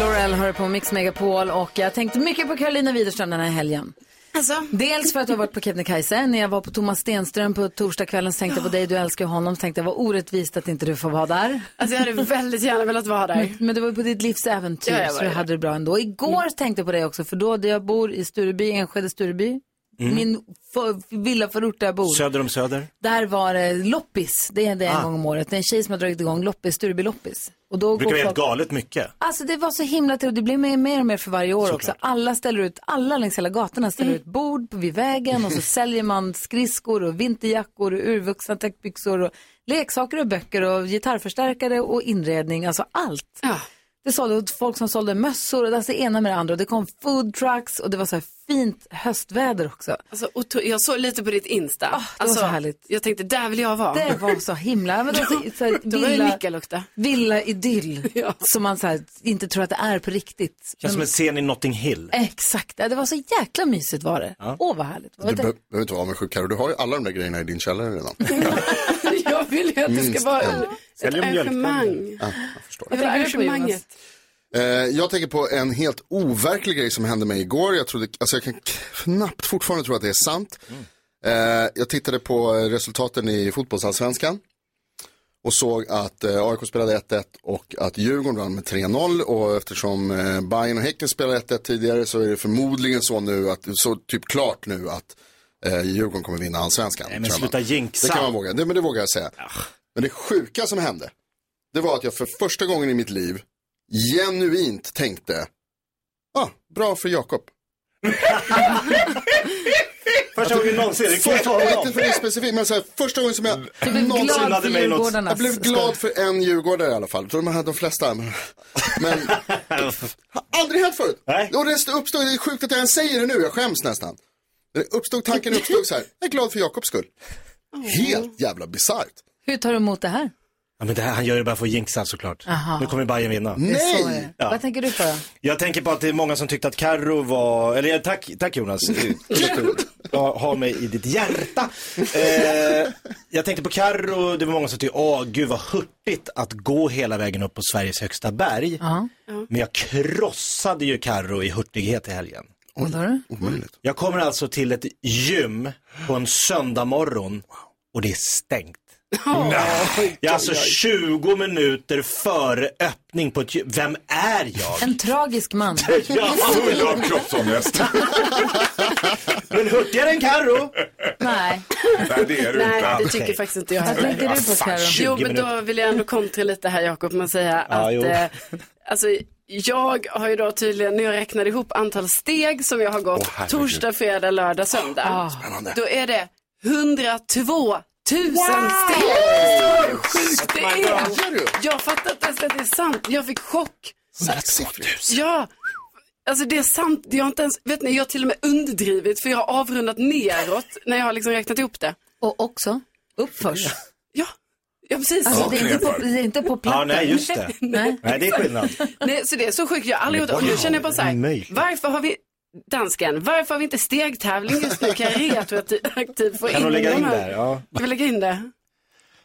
S1: Laurel hör på Mix Megapol och jag tänkte mycket på Karolina Widerström den här helgen.
S6: Alltså,
S1: Dels för att jag har varit på Kebnekaise, när jag var på Thomas Stenström på torsdagskvällen så tänkte jag på dig, du älskar ju honom, så tänkte jag vad orättvist att inte du får vara där.
S6: alltså, jag hade väldigt gärna velat vara där.
S1: <laughs> Men det var ju på ditt livs äventyr
S6: Ja, Mm. jag var
S1: så du
S6: det.
S1: hade det bra ändå. Igår tänkte jag på dig också, för då där jag bor i Stureby, Enskede Stureby, min för, villaförort där jag bor.
S3: Mm. Söder Ah. om söder.
S1: Där var det loppis, det är det en gång om året. Det är en tjej som har dragit igång loppis, Stureby loppis. Och då
S3: Det brukar
S1: går
S3: vara helt
S1: folk...
S3: galet mycket.
S1: Alltså det var så himla trevligt, det blir mer mer och mer för varje år också. Alla ställer ut, alla längs hela gatorna ställer
S3: Mm.
S1: ut bord på- vid vägen
S3: <laughs>
S1: och så säljer man skridskor och vinterjackor och urvuxna täckbyxor och leksaker och böcker och gitarrförstärkare och inredning, alltså allt.
S6: Ja.
S1: Det Det sålde folk som sålde mössor och det alltså ena med det andra. Och det kom food trucks och det var så här fint höstväder också.
S6: Alltså, oto- jag såg lite på ditt Insta. Oh,
S1: var så härligt.
S6: Jag tänkte, där vill jag vara.
S1: Det var så himla,
S6: <laughs>
S1: men alltså, så här,
S6: Då var det
S1: villa,
S6: nickelukta.
S1: villa
S3: <laughs>
S1: idyll som man så här, inte tror att det är på riktigt.
S3: Känns som
S1: Men,
S3: en scen i Notting Hill.
S1: exakt, Ja, det var så jäkla mysigt var det. Åh
S3: Ja.
S1: vad härligt.
S4: Du
S1: Vad
S4: be- behöver inte vara avundsjuk Carro, du har ju alla de där grejerna i din källare redan.
S6: <laughs> jag vill ju att det ska
S4: Minst
S6: vara
S4: en.
S6: ett
S3: Säljer mjölktänder.
S6: arrangemang.
S4: Ja, jag förstår.
S6: Jag vill ha
S1: tänker du på, Jonas?
S6: arrangemanget.
S4: Eh, jag tänker på en helt overklig grej som hände mig igår. Jag, trodde, alltså jag kan knappt fortfarande tro att det är sant. Eh, jag tittade på eh, resultaten i fotbollsallsvenskan och såg att eh, AIK spelade 1-1 och att Djurgården vann med 3-0 och eftersom eh, Bayern och Häcken spelade 1-1 tidigare så är det förmodligen så nu att, så typ klart nu att eh, Djurgården kommer vinna allsvenskan.
S3: Nej, men
S4: tror jag man.
S3: sluta
S4: Det kan man
S3: jinxa. Ah.
S4: våga, det, men det vågar jag säga. Men det sjuka som hände, det var att jag för första gången i mitt liv genuint tänkte, ah, bra för Jakob.
S3: <laughs> Första gången någonsin. Det kan jag
S4: Första,
S3: ta
S4: Alltså, jag vet
S3: honom.
S4: inte för det är specifikt, men så här, första gången som jag
S1: blev
S4: någonsin...
S1: glad för
S3: hade mig något-
S1: Djurgårdarnas
S4: Jag blev glad för en djurgårdare i alla fall, de, här, de flesta. Men, men
S3: <laughs>
S4: har aldrig hänt förut.
S3: Nej.
S4: Och det uppstod, det är sjukt att jag ens säger det nu, jag skäms nästan. Det uppstod, tanken uppstod så här, jag är glad för Jakobs skull. Helt jävla bisarrt.
S1: Hur tar du emot det här?
S3: Ja, men det här, han gör det bara för att jinxa såklart.
S1: Aha.
S3: Nu kommer Bayern vinna.
S1: Det är så det
S4: Nej!
S1: är. Vad tänker du på då?
S3: Jag tänker på att det är många som tyckte att Carro var, eller ja, tack, tack Jonas, ha, ha mig i ditt hjärta. Eh, jag tänkte på Carro, det var många som tyckte, åh gud vad hurtigt att gå hela vägen upp på Sveriges högsta berg. Men jag krossade ju Carro i hurtighet i helgen.
S1: Vad tar du?
S4: Omöjligt.
S3: Jag kommer alltså till ett gym på en söndag morgon och det är stängt. Jag är alltså 20 minuter före öppning på ett gym. Vem är jag?
S1: En tragisk man.
S3: <laughs> <laughs> Ja,
S10: Full av
S3: <laughs>
S10: kroppsångest.
S3: men hurtigare än Carro.
S1: Nej.
S10: Nej, det är du inte.
S6: <laughs> Nej, det tycker faktiskt inte jag
S1: Vad
S6: heller.
S1: tänker du på Carro?
S3: 20
S6: Jo, men
S3: minuter.
S6: då vill jag ändå kontra lite här Jakob med att säga
S3: Ja,
S6: att
S3: jo.
S6: eh, alltså, jag har ju då tydligen, när jag räknade ihop antal steg som jag har gått
S10: herregud.
S6: torsdag, fredag, lördag, söndag.
S10: Spännande.
S6: Då är det 102 000 steg. Sjukt det är. Jag fattar inte ens att det är sant. Jag fick chock. Ja, alltså det är sant. Jag har inte ens, vet ni, jag har till och med underdrivit för jag har avrundat neråt när jag har liksom räknat ihop det.
S1: Och också, upp först.
S6: Ja, ja precis.
S1: Alltså, det, är inte på,
S10: knepar.
S1: det är inte på
S3: Ja,
S1: plattan.
S3: nej, just det.
S1: <laughs> Nej.
S3: Nej, det är skillnad.
S6: Nej, så det är så sjukt. Jag har aldrig gjort det. Och
S3: Wow,
S6: nu känner jag bara så
S3: omöjligt.
S6: här, varför har vi, dansken, varför har vi inte stegtävling just nu? Kan jag retroaktivt få in
S3: Kan du lägga
S6: de
S3: in
S6: här?
S3: där? Ja.
S6: Kan vi lägga in det?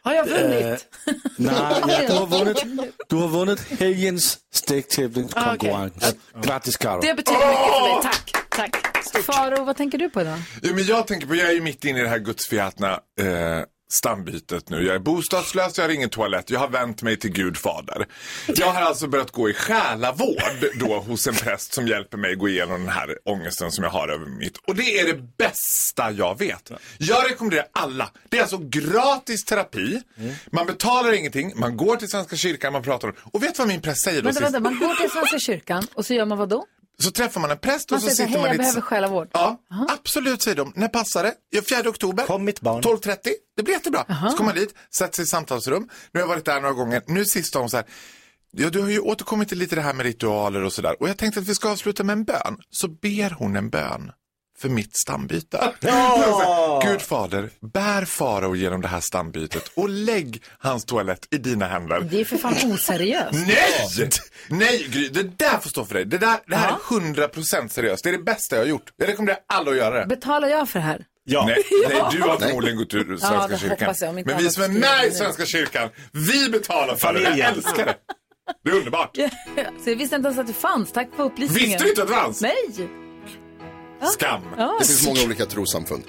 S6: Har jag vunnit?
S7: Eh, Nej, ja,
S6: <laughs>
S7: du, har vundet, du har vundet helgens stegtävlingskonkurrens.
S6: Ah,
S7: Grattis Karo.
S6: Det betyder mycket för mig. Tack, tack. Stort.
S1: Faro, vad tänker du på idag?
S10: Jo, men jag tänker på, jag är ju mitt inne i det här gudsförgätna eh, stambytet nu. Jag är bostadslös, jag har ingen toalett, jag har vänt mig till Gud fader. Jag har alltså börjat gå i själavård då hos en präst som hjälper mig gå igenom den här ångesten som jag har över mitt. Och det är det bästa jag vet. Jag rekommenderar alla. Det är alltså gratis terapi. Man betalar ingenting, man går till Svenska kyrkan, man pratar om Och vet du vad min präst säger då
S1: Vänta,
S10: sist?
S1: vänta, man går till Svenska kyrkan och så gör man vad då?
S10: Så träffar man en präst
S1: Man
S10: och så
S1: säger så
S10: sitter man
S1: här, hej,
S10: i
S1: jag
S10: ett-
S1: behöver själavård.
S10: Ja, absolut säger de. När passar det? Ja, 4 oktober.
S3: Kom mitt barn.
S10: 12.30. Det blir jättebra. Så kommer man dit, sätter sig i samtalsrum. Nu har jag varit där några gånger. Nu sist har hon så här. Ja, du har ju återkommit till lite det här med ritualer och sådär. Och jag tänkte att vi ska avsluta med en bön. Så ber hon en bön för mitt stambyte. <laughs> Så här, Gud fader, bär farao genom det här stambytet och lägg hans toalett i dina händer.
S1: Det är för fan oseriöst.
S10: Nej! Nej Gry, det där får stå för dig. Det, där, det här är 100% seriöst. Det är det bästa jag har gjort. Jag rekommenderar alla att göra det.
S1: Betalar jag för det <laughs> här?
S3: Ja.
S10: Nej, nej, du har förmodligen gått ur Svenska
S1: det
S10: kyrkan.
S1: hoppas jag, om inte
S10: Men vi
S1: annat
S10: som är
S1: skriver
S10: med i
S1: nu.
S10: Svenska kyrkan, vi betalar för det. Jag
S3: Familjen.
S10: älskar det. Det är underbart.
S1: Så jag visste inte ens att det fanns. Tack för upplysningen.
S10: Visste du inte att det fanns?
S1: Nej!
S10: Skam.
S4: Det finns många olika trossamfund.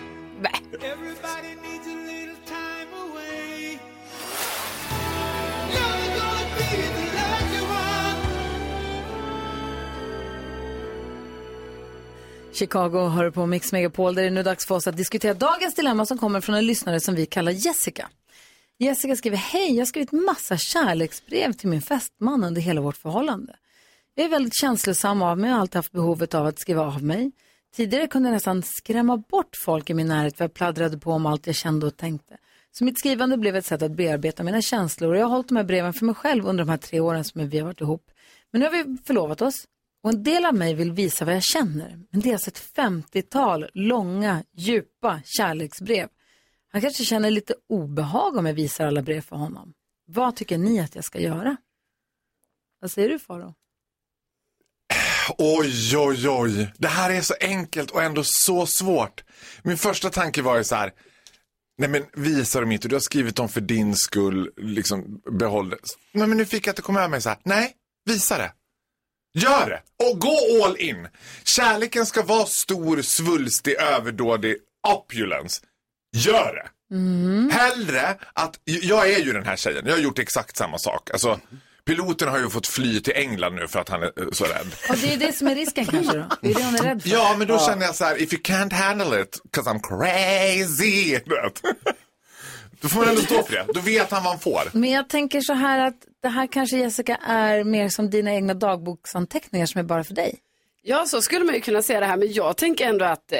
S1: Chicago hör på Mix Megapol där det är nu dags för oss att diskutera dagens dilemma som kommer från en lyssnare som vi kallar Jessica. Jessica skriver, hej, jag har skrivit massa kärleksbrev till min fästman under hela vårt förhållande. Jag är väldigt känslosam av mig och har alltid haft behovet av att skriva av mig. Tidigare kunde jag nästan skrämma bort folk i min närhet för jag pladdrade på om allt jag kände och tänkte. Så mitt skrivande blev ett sätt att bearbeta mina känslor och jag har hållit de här breven för mig själv under de här tre åren som vi har varit ihop. Men nu har vi förlovat oss och en del av mig vill visa vad jag känner. Men det är alltså ett 50-tal långa, djupa kärleksbrev. Han kanske känner lite obehag om jag visar alla brev för honom. Vad tycker ni att jag ska göra? Vad säger du Faro?
S10: Oj, oj, oj. Det här är så enkelt och ändå så svårt. Min första tanke var ju så här. Nej men visa dem inte, du har skrivit dem för din skull, liksom behåll det. Nej men nu fick jag att det kom över mig så här. Nej, visa det. Gör det! Och gå all in! Kärleken ska vara stor, svulstig, överdådig opulence. Gör det!
S3: Mm.
S1: Mm.
S10: Hellre att, jag är ju den här tjejen, jag har gjort exakt samma sak. Alltså, piloten har ju fått fly till England nu för att han är eh, så rädd.
S1: Och det är det som är risken kanske då. Det är det hon är rädd för.
S10: Ja, men då känner jag så här, if you can't handle it, 'cause I'm crazy. Du vet. Då får man ändå stå för det. Då vet han vad han får.
S1: Men jag tänker så här att det här kanske Jessica är mer som dina egna dagboksanteckningar som är bara för dig.
S6: Ja, så skulle man ju kunna se det här, men jag tänker ändå att eh,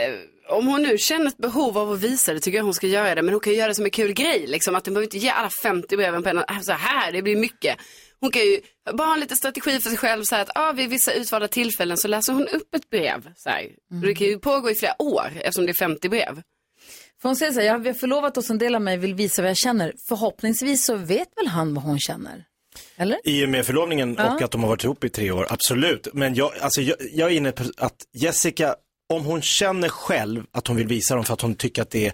S6: om hon nu känner ett behov av att visa det tycker jag hon ska göra det, men hon kan ju göra det som en kul grej, liksom, att hon behöver inte ge alla 50 breven på en äh, så här, det blir mycket. Hon kan ju bara ha en liten strategi för sig själv, så här att ah, vid vissa utvalda tillfällen så läser hon upp ett brev. Så här. Och Det kan ju pågå i flera år eftersom det är 50 brev.
S1: För hon säger så här, jag har förlovat oss en del av mig vill visa vad jag känner. Förhoppningsvis så vet väl han vad hon känner. Eller?
S3: I och med förlovningen och att de har varit ihop i tre år, absolut. Men jag, alltså, jag, jag är inne på att Jessica, om hon känner själv att hon vill visa dem för att hon tycker att det är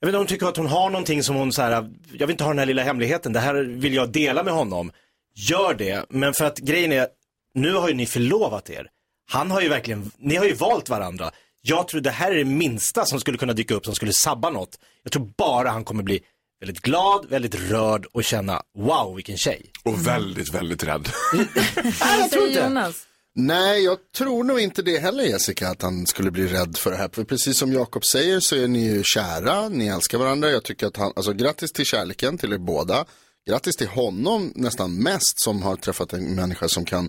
S3: jag vet inte, hon tycker att hon har någonting som hon så här, jag vill inte ha den här lilla hemligheten, det här vill jag dela med honom. Gör det, men för att grejen är, nu har ju ni förlovat er. Han har ju verkligen, ni har ju valt varandra. Jag tror det här är det minsta som skulle kunna dyka upp som skulle sabba något. Jag tror bara han kommer bli väldigt glad, väldigt rörd och känna, wow vilken tjej.
S10: Och väldigt, väldigt rädd.
S1: Vad säger Jonas?
S4: Nej, jag tror nog inte det heller Jessica, att han skulle bli rädd för det här. För precis som Jakob säger så är ni ju kära, ni älskar varandra. Jag tycker att han, alltså grattis till kärleken till er båda. Grattis till honom nästan mest som har träffat en människa som kan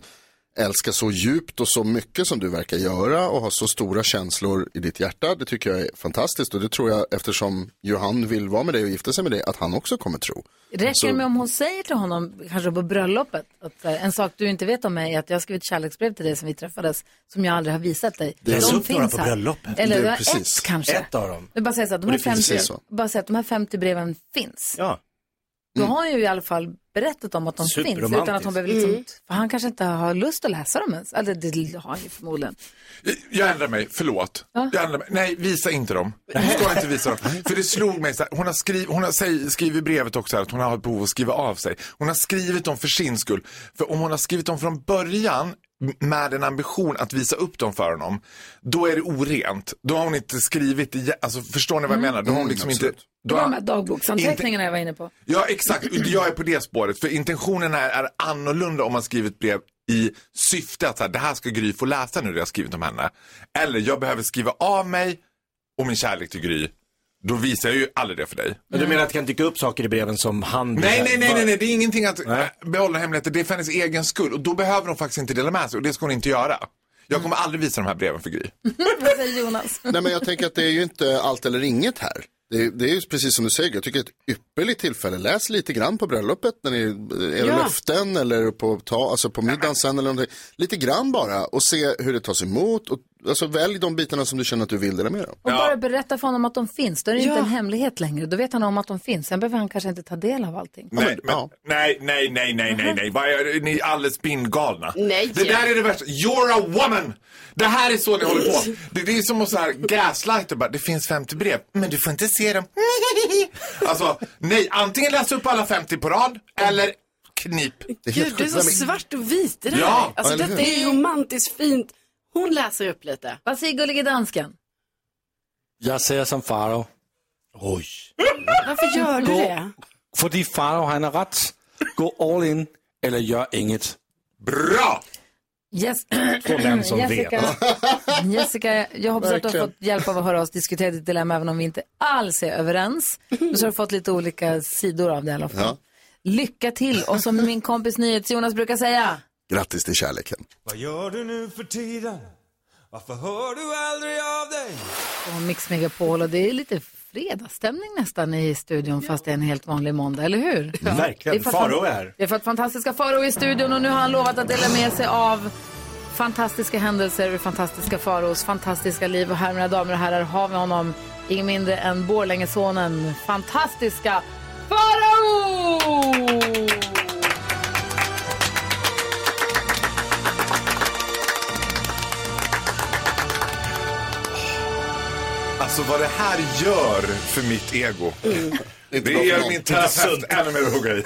S4: älska så djupt och så mycket som du verkar göra och ha så stora känslor i ditt hjärta. Det tycker jag är fantastiskt och det tror jag eftersom Johan vill vara med dig och gifta sig med dig att han också kommer tro. Alltså-
S1: Räcker det med om hon säger till honom, kanske på bröllopet, att så här, en sak du inte vet om mig är att jag har skrivit kärleksbrev till dig som vi träffades, som jag aldrig har visat dig.
S4: Det är
S1: De
S4: så
S3: upp några på
S1: här.
S3: bröllopet.
S1: Eller
S4: Det är
S1: det
S4: precis.
S1: ett kanske.
S3: <laughs> Ett av dem.
S1: Men bara säga så att de
S4: Och
S1: här
S4: det finns
S1: 50,
S4: precis så.
S1: bara säga att de här 50 breven finns.
S3: Ja.
S1: Då har han ju i alla fall berättat om att de finns,
S3: Mm. Superromantiskt.
S1: utan att hon behöver
S6: Mm.
S1: liksom, för han kanske inte har lust att läsa dem ens. Eller det har han ju förmodligen.
S10: Jag ändrar mig, förlåt. Jag ändrar mig. Nej, visa inte dem. Du ska inte visa dem. För det slog mig så här, hon har, skriv, hon har säg, skrivit i brevet också här, att hon har ett behov av att skriva av sig. Hon har skrivit dem för sin skull. För om hon har skrivit dem från början med en ambition att visa upp dem för honom, då är det orent. Då har hon inte skrivit, igen- alltså förstår ni vad jag menar? Då har hon
S4: Mm,
S10: liksom inte...
S4: absolut.
S1: Det
S10: Då
S1: var
S10: har,
S1: de här dagboksanteckningarna jag var inne på. <laughs>
S10: Ja, exakt. Jag är på det spåret. För intentionen här är annorlunda om man skriver ett brev i syfte att så här, det här ska Gry få läsa nu det jag har skrivit om henne. Eller jag behöver skriva av mig och min kärlek till Gry. Då visar jag ju aldrig det för dig.
S3: Men du menar att det kan dyka upp saker i breven som han...
S10: Nej, nej, nej, nej, nej. det är ingenting att
S3: Nej.
S10: äh, behålla hemligheter. Det är för hennes egen skull. Och då behöver hon faktiskt inte dela med sig och det ska hon inte göra. Jag kommer aldrig visa de här breven för Gry.
S1: Vad säger Jonas?
S4: Nej, men jag tänker att det är ju inte allt eller inget här. Det är, det är ju precis som du säger, jag tycker det är ett ypperligt tillfälle. Läs lite grann på bröllopet, när ni är
S6: Ja.
S4: löften eller på, ta, alltså på middagen sen eller någonting. Lite grann bara och se hur det tas emot. Och, alltså, välj de bitarna som du känner att du vill dela med dig av.
S1: Och bara berätta för honom att de finns. Då är det
S6: Ja.
S1: inte en hemlighet längre. Då vet han om att de finns. Sen behöver han kanske inte ta del av allting.
S10: Nej, men,
S4: ja.
S10: nej, nej, nej, nej, nej, nej. Vad är, ni är alldeles spingalna.
S6: Nej.
S10: Det där är det värsta. You're a woman! Det här är så ni håller på. Det, det är som att så här gaslighta bara, det finns 50 brev, men du får inte
S4: <laughs>
S10: se dem. Alltså, nej, antingen läs upp alla 50 på rad, eller knip.
S4: Det är helt
S6: Gud, det är
S4: sjukt.
S6: så
S4: Nej, men-
S6: svart och vit det där.
S10: Ja,
S6: alltså,
S4: eller
S6: detta är ju romantiskt fint. Hon läser upp lite.
S1: Vad säger gullige dansken?
S7: Jeg ser som Faro.
S3: Oj.
S6: Varför gör du det?
S7: Fordi Faro han har ret. Gå all in, eller gør inget.
S10: Bra!
S1: Yes.
S3: Två män som vet.
S1: Jessica, <laughs> Jessica, jag hoppas att du har
S4: Verkligen.
S1: fått hjälp av att höra oss diskutera ditt dilemma även om vi inte alls är överens. Men så har du fått lite olika sidor av det i alla fall.
S4: Ja.
S1: Lycka till och som min kompis NyhetsJonas brukar säga.
S4: Grattis till kärleken.
S11: Vad gör du nu för tiden? Varför hör du aldrig av dig?
S1: Och Mix Megapol och det är lite fredagsstämning nästan i studion fast det är en helt vanlig måndag, eller hur?
S3: Ja. Verkligen.
S1: Det för att-
S3: Faro är här.
S1: Det är för att fantastiska Faro är i studion och nu har han lovat att dela med sig av fantastiska händelser ur fantastiska Faros fantastiska liv. Och här, mina damer och herrar, har vi honom, ingen mindre än Borlängesonen, fantastiska Faro!
S10: Alltså vad det här gör för mitt ego.
S4: Mm. Inte
S10: Det
S4: bra för
S10: gör
S4: någon.
S10: min
S4: Inte
S10: terapeut
S4: sunt.
S10: ännu mer att hugga i.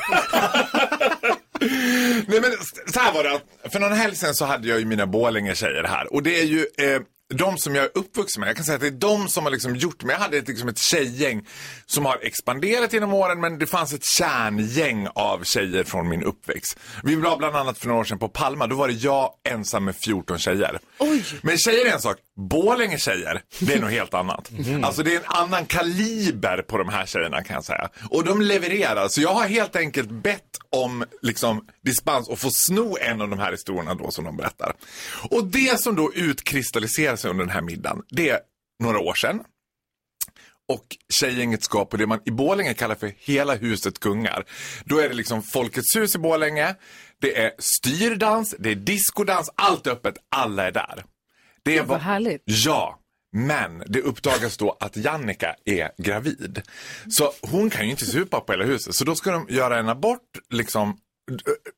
S10: Nej men s- så här var det. att För någon helg sedan så hade jag ju mina Borlänge-tjejer här. Och det är ju eh, de som jag är uppvuxen med. Jag kan säga att det är de som har liksom gjort mig. Jag hade ett, liksom ett tjejgäng som har expanderat genom åren. Men det fanns ett kärngäng av tjejer från min uppväxt. Vi var bland annat för några år sedan på Palma. Då var det jag ensam med 14 tjejer. Men tjejer är en sak. Borlänge tjejer, det är något helt annat. Alltså det är en annan kaliber på de här tjejerna kan jag säga. Och de levererar. Så jag har helt enkelt bett om liksom, dispens och få sno en av de här historierna då som de berättar. Och det som då utkristalliserar sig under den här middagen, det är några år sedan. Och tjejgänget ska på det man i Borlänge kallar för Hela huset gungar. Då är det liksom Folkets hus i Borlänge. Det är styrdans, det är diskodans, allt är öppet, alla är där. Det är
S1: Vad härligt.
S10: Ja, men det uppdagas då att Jannica är gravid. Så hon kan ju inte supa på hela huset. Så då ska de göra en abort, liksom.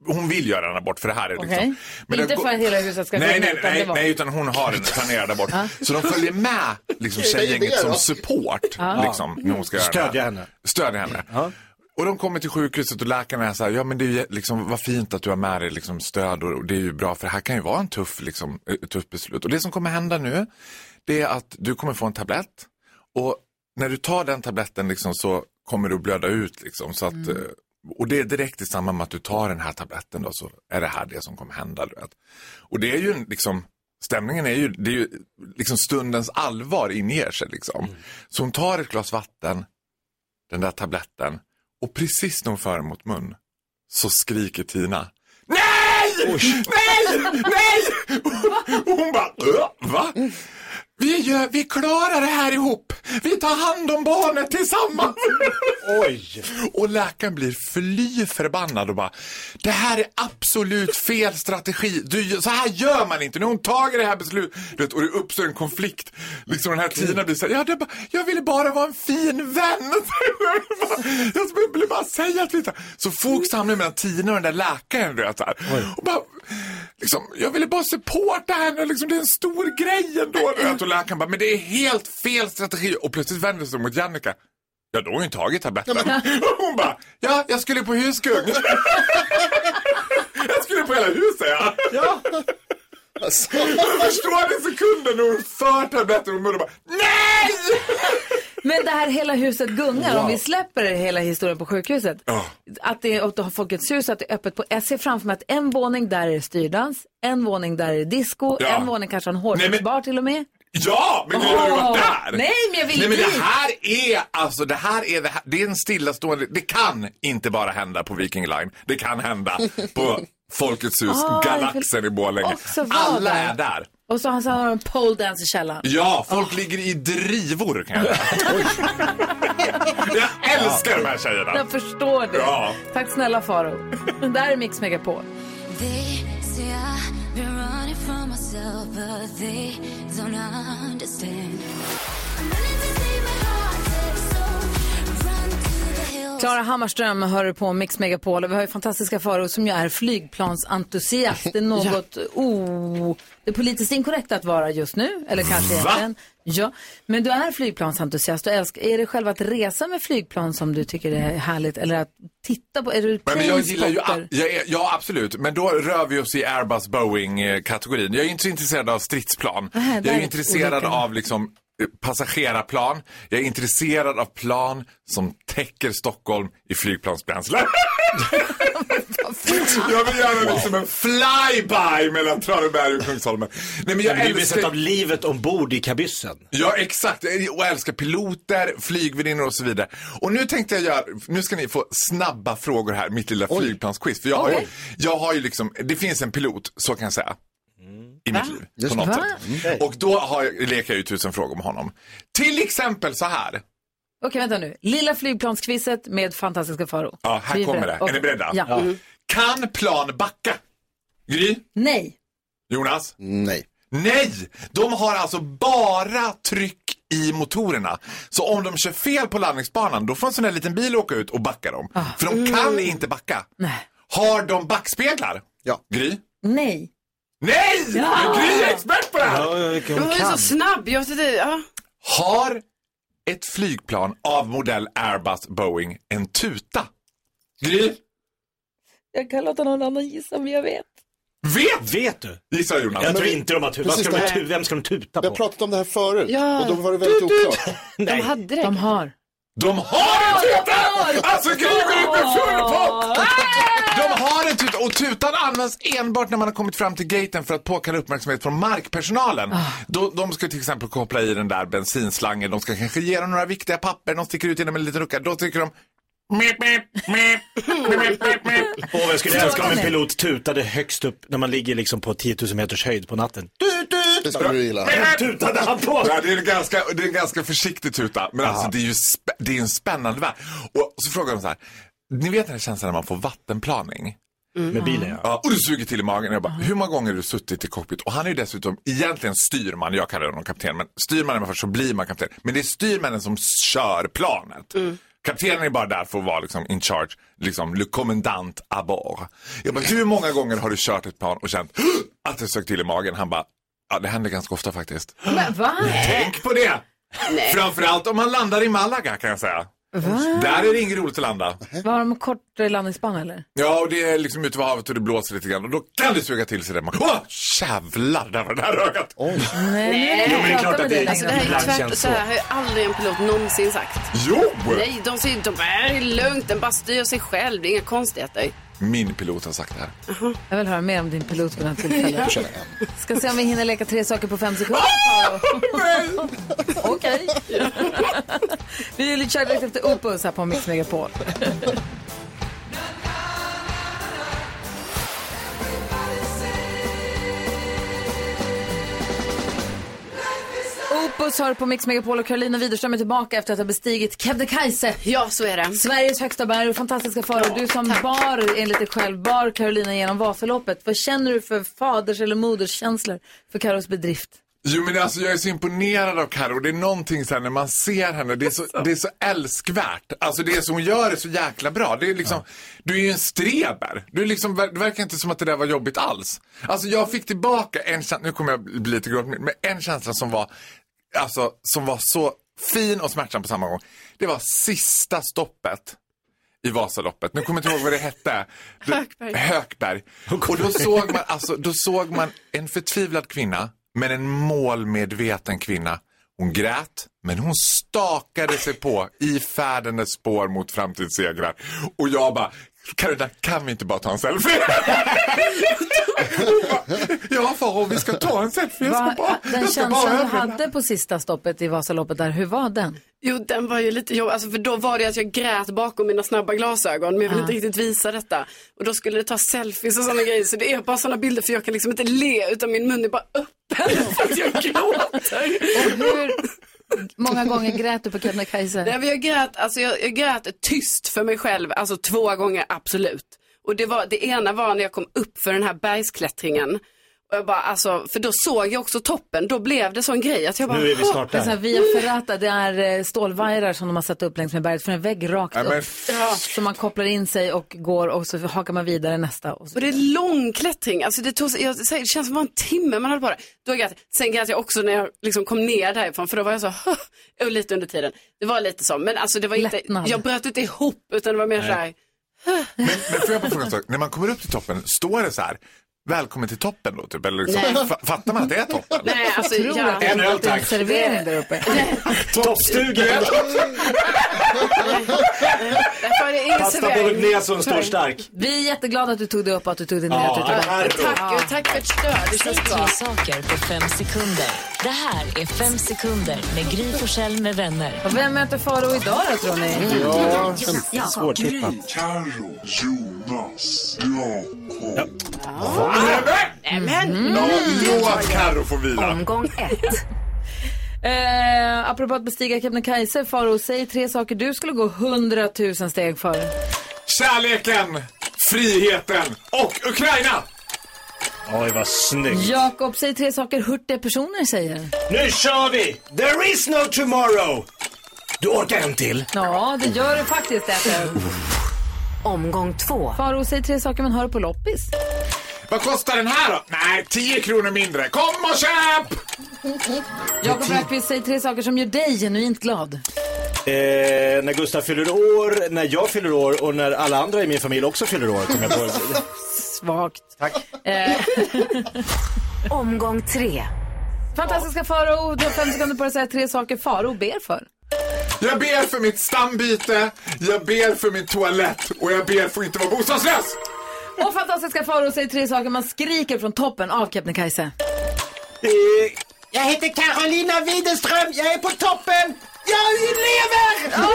S10: Hon vill göra en abort för det här är liksom.
S1: Okej.
S10: Men
S1: Inte
S10: det
S1: för att hela huset ska
S10: nej,
S1: gunga,
S10: nej,
S1: utan det
S10: nej,
S1: var-
S10: nej, utan hon har en planerad abort. Så de följer med liksom,
S4: Okej, det är det
S10: tjejgänget som
S4: då.
S10: support.
S1: Mm.
S10: Liksom, när hon ska göra det här.
S3: Stödja henne.
S10: Stödja henne. Och de kommer till sjukhuset och läkarna är så här, ja men det är ju liksom, vad fint att du har med dig liksom stöd och och det är ju bra för det här kan ju vara en tuff, liksom, ett tufft beslut. Och det som kommer hända nu, det är att du kommer få en tablett och när du tar den tabletten liksom så kommer du blöda ut liksom så att eh, Och det är direkt i samband med att du tar den här tabletten då, så är det här det som kommer hända. Du vet. Och det är ju en, liksom, stämningen är ju, det är ju liksom stundens allvar inger sig liksom. Så hon tar ett glas vatten, den där tabletten och precis när hon för den mot mun så skriker Tina Nej! Nej! Nej! <laughs> Och hon bara "Äh?" "Ö, va? Vi, gör, vi klarar det här ihop. Vi tar hand om barnet tillsammans.
S3: Oj!
S10: Och läkaren blir fly förbannad och bara Det här är absolut fel strategi. Du, så här gör man inte. Nu har hon tagit det här beslutet Du vet, och det uppstår en konflikt. Liksom den här Tina blir så här, ja, det är bara, jag ville bara vara en fin vän. <laughs> jag ville bara säga att vi inte... Så folk samlar mellan Tina och den där läkaren. Du vet, så här. Och bara, liksom, jag ville bara supporta henne. Liksom, det är en stor grej ändå. Du vet, och läkaren bara, men det är helt fel strategi. Och plötsligt vänder det sig mot Jannica. Ja, då har hon ju tagit tabletten. <laughs> Och Hon bara, ja, jag skulle på husgung. <laughs> jag skulle på hela huset, ja.
S4: Alltså,
S10: Jag <laughs> förstår det sekunden när hon för tabletten och munnen och bara, nej!
S1: Men det här hela huset gungar, om vi släpper hela historien på sjukhuset.
S10: Ja.
S1: Att det är att du har Folkets hus, att det är öppet på... Jag ser framför mig att en våning där är det styrdans, en våning där är det disco,
S10: Ja.
S1: en våning kanske har en
S10: men-
S1: hårdrocksbar till och med.
S10: Ja, men du har ju
S1: Åh,
S10: varit där.
S1: nej, men jag vill
S10: Nej, men
S1: dit.
S10: det här är, alltså det här är, det, här, det är en stillastående, det kan inte bara hända på Viking Line. Det kan hända
S1: <laughs>
S10: på Folkets hus,
S1: Ah, jag
S10: Galaxen
S1: vill
S10: i Borlänge.
S1: också vara
S10: Alla
S1: där.
S10: är där.
S1: Och så har så har han en pole dance i källaren.
S10: Ja, folk ligger i drivor kan jag säga.
S1: <laughs>
S10: jag älskar de här tjejerna.
S1: Jag förstår det.
S10: Ja.
S1: Tack snälla Faro. <laughs> Det här är Mix Megapol.
S9: They say I've been running from myself, but they don't understand. I'm running to save my heart, so run to the hills.
S1: Klara Hammarström hör på Mix Megapol och vi har ju fantastiska Faro som ju är flygplansentusiast. Det är något o... Det är politiskt inkorrekt att vara just nu, eller kanske egentligen. Ja, men du är flygplansentusiast och älskar. Är det själva att resa med flygplan som du tycker är härligt eller att titta på? Är du
S10: Men, men jag gillar ju, a-
S1: planespotter?
S10: jag är, ja absolut, men då rör vi oss i Airbus Boeing-kategorin. Jag är inte så intresserad av stridsplan.
S1: Nej, där
S10: jag är
S1: är
S10: intresserad
S1: olika.
S10: av liksom eh, passagerarplan. Jag är intresserad av plan som täcker Stockholm i flygplansbränsle. jag vill göra liksom en flyby mellan Traneberg och Kungsholmen. Nej, men jag
S3: Jag blir
S10: älskar-
S3: besatt av livet ombord i kabyssen.
S10: Ja, exakt. Och älskar piloter, flygvärdinnor och så vidare. Och nu tänkte jag göra, nu ska ni få snabba frågor här, mitt lilla flygplansquiz. För jag, har ju,
S1: Okej.
S10: jag har ju liksom, det finns en pilot, så kan jag säga. I mitt liv, på något
S1: Va?
S3: Mm.
S10: sätt. Och då har jag, leker jag ju tusen frågor med honom. Till exempel så här.
S1: Okej, vänta nu. Lilla flygplansquizet med fantastiska Faro.
S10: Ja, här
S1: Vi
S10: kommer det.
S1: beredda.
S10: Är ni
S1: Okej.
S10: beredda?
S1: Ja.
S10: Kan plan backa? Gry?
S1: Nej.
S10: Jonas?
S4: Nej.
S10: Nej! De har alltså bara tryck i motorerna. Så om de kör fel på landningsbanan, då får en sån där liten bil åka ut och backa dem. För de kan inte backa.
S1: Ah. Mm. Nej.
S10: Har de backspeglar?
S4: Ja.
S10: Gry?
S1: Nej.
S10: Nej! Men Gry är expert på det här!
S3: Ja, jag kan-
S6: Du var ju så snabb. Jag tyckte, ja.
S10: Har ett flygplan av modell Airbus Boeing en tuta? Gry?
S1: Jag kan låta någon annan gissa, men jag vet.
S10: Vet!
S3: Vet du?
S10: Gissar Jonas.
S3: Jag tror inte de har tutat. Vad ska de
S4: Precis,
S3: tu- Vem ska de tuta
S4: Vi
S3: på?
S4: har pratat om det här förut
S6: Ja.
S4: och då var det väldigt oklart.
S3: <laughs> Nej.
S1: De har.
S10: De har en tuta! Alltså Gry går upp med full pott! De har en tuta och tutan används enbart när man har kommit fram till gaten för att påkalla uppmärksamhet från markpersonalen. Då, de ska till exempel koppla i den där bensinslangen, de ska kanske ge dem några viktiga papper, de sticker ut genom en liten lucka. Då tycker de Mip, mip, mip, mip, mip, mip, mip.
S3: Åh, jag skulle älska om en
S1: Frågan är-
S3: pilot tutade högst upp när man ligger liksom på 10 000 meters höjd på natten. Tut,
S4: Det
S3: tut!
S4: skulle du gilla.
S3: Vem tutade han på?
S10: Ja, det, är en ganska, det är en ganska försiktig tuta, men alltså, det är ju spä, det är en spännande värld. Och så frågar de så här, ni vet den här känslan när man får vattenplaning?
S3: Med bilen ja. Mm.
S10: Ja, och du suger till i magen. Jag bara, hur många gånger har du suttit i cockpit? Och han är ju dessutom egentligen styrman. Jag kallar honom kapten, men styrman är man först så blir man kapten. Men det är styrmännen som kör planet.
S3: Mm.
S10: Kaptenen är bara där för att vara liksom in charge, liksom le commandant à bord. Jag bara, hur många gånger har du kört ett plan och känt att det sög till i magen? Han bara, ja det händer ganska ofta faktiskt.
S1: Men, va?
S10: Tänk på det! Framförallt om man landar i Malaga kan jag säga. Där är det inget roligt att landa.
S1: Var de kort eh, landningsbana eller?
S10: Ja, och det är liksom ute vid havet och det blåser lite grann och då kan det suga till sig det. Man, åh, jävlar, där var det där ögat.
S1: Nej,
S3: Jo, men det är klart att det är-
S6: Alltså det här är
S3: Ibland
S6: ju tvärt,
S3: känns
S6: så här har ju aldrig en pilot någonsin sagt.
S10: Jo!
S6: Nej, de säger de är det är lugnt, den bara styr sig själv, det är inga konstigheter.
S10: Min pilot har sagt det här.
S1: Jag vill höra mer om din pilot vid det här tillfället. Ska se om vi hinner leka tre saker på fem sekunder. Faro. Okej. Vi kör direkt efter Opus här på Mix Megapol. Opus hör på Mix Megapol och Karolina Widerström är tillbaka efter att ha bestigit Kebnekaise.
S6: Ja, så är det.
S1: Sveriges högsta berg och fantastiska faror. du som bar, enligt dig själv, bar Carolina genom Vasaloppet. Vad känner du för faders eller moderskänslor för Karos bedrift?
S10: Jo men alltså jag är så imponerad av Karo. Det är någonting så här när man ser henne, det är så, det är så älskvärt. Alltså det som hon gör är så jäkla bra. Det är liksom, du är ju en streber. Du är liksom, det verkar inte som att det där var jobbigt alls. Alltså jag fick tillbaka en känsla, nu kommer jag bli lite gråt, men en känsla som var, alltså som var så fin och smärtsam på samma gång. Det var sista stoppet i Vasaloppet. Nu kommer jag inte ihåg vad det hette. Hökberg. Hökberg. Och då såg, man, alltså, då såg man en förtvivlad kvinna, men en målmedveten kvinna. Hon grät, men hon stakade sig på i färdens spår mot framtidssegrar. Och jag bara, Carolina, kan vi inte bara ta en selfie? <laughs> Hon bara, ja, farbror, vi ska ta en selfie. Jag
S1: Va,
S10: ska bara,
S1: den
S10: jag ska
S1: känslan
S10: bara
S1: du
S10: överlämna."
S1: hade på sista stoppet i Vasaloppet där, hur var den?
S6: Jo, den var ju lite jobbig, alltså, för då var det att jag grät bakom mina snabba glasögon, men jag vill inte riktigt visa detta. Och då skulle det ta selfies och sådana grejer, så det är bara sådana bilder, för jag kan liksom inte le, utan min mun är bara öppen <laughs> för att jag gråter.
S1: Och
S6: <laughs>
S1: hur många gånger grät du på Kebnekaise?
S6: Nej, men jag, grät, alltså, jag, jag grät tyst för mig själv, alltså två gånger absolut. Och det, var, det ena var när jag kom upp för den här bergsklättringen. Och jag bara, alltså, för då såg jag också toppen, då blev det sån grej att jag bara,
S3: Nu är vi snart
S1: Det är så här
S3: där.
S1: via ferrata, det är eh, stålvajrar som de har satt upp längs med berget för en vägg rakt
S10: Nej, men
S1: upp. Så man kopplar in sig och går och så hakar man vidare nästa. Och så.
S6: Och det är lång klättring, alltså det, tog, jag, säger, det känns som det var en timme man hade på det. Då grät, jag. sen grät jag också när jag liksom kom ner därifrån, för då var jag så, och lite under tiden. Det var lite så, men alltså det var inte,
S1: Lättnad.
S6: jag bröt inte ihop, utan det var mer så här,
S10: Men, men får jag bara fråga en sak? När man kommer upp till toppen, står det så här, välkommen till toppen då? Typ, eller liksom, fa- fattar man att det är toppen?
S6: nej alltså,
S1: Tror
S6: ja.
S1: att det
S3: En öl,
S1: är en
S3: tack.
S1: servering där uppe?
S3: Toppstugan!
S6: <laughs> därför är det ingen
S3: Pasta
S6: servering.
S3: bolognese och en stor stark.
S1: Vi är jätteglada att du tog dig upp och att du tog dig ner. att du tog
S3: Ja, det
S1: dig
S3: här är bra.
S6: Tack, och tack för ett stöd, det
S2: Säg
S6: känns bra.
S2: tre saker på fem sekunder. Det här är Fem sekunder med Gry Forssell med vänner.
S1: Och Vem möter Faro idag då tror ni?
S4: Ja,
S3: Svårtippat.
S10: Låt Carro få vila.
S3: Mm.
S2: Omgång ett.
S1: Eh, apropå att bestiga Kebnekaise, Faro, säg tre saker du skulle gå hundratusen steg för.
S10: Kärleken, friheten och Ukraina!
S3: Oj, vad snyggt.
S1: Jakob, säg tre saker hurtiga personer säger.
S3: Nu kör vi! There is no tomorrow! Du orkar en till.
S1: Ja, det gör det faktiskt. Äter.
S2: Omgång två.
S1: Faro, säg tre saker man hör på loppis.
S10: Vad kostar den här då? Nej, 10 kronor mindre. Kom och köp!
S1: Jakob Rackvist, säg tre saker som gör dig genuint glad.
S3: Eh, när Gustav fyller år, när jag fyller år och när alla andra i min familj också fyller år. Kom jag på.
S1: <laughs> Svagt.
S3: Tack. <laughs>
S1: Eh,
S2: Omgång tre.
S1: fantastiska Faro, du har fem sekunder på dig att säga tre saker Faro ber för.
S10: Jag ber för mitt stambyte, jag ber för min toalett och jag ber för att inte vara bostadslös!
S1: Och fantastiska Faro, säg tre saker man skriker från toppen av Kebnekaise.
S3: Eh. Jag heter Carolina Widerström, jag är på toppen! Jag lever!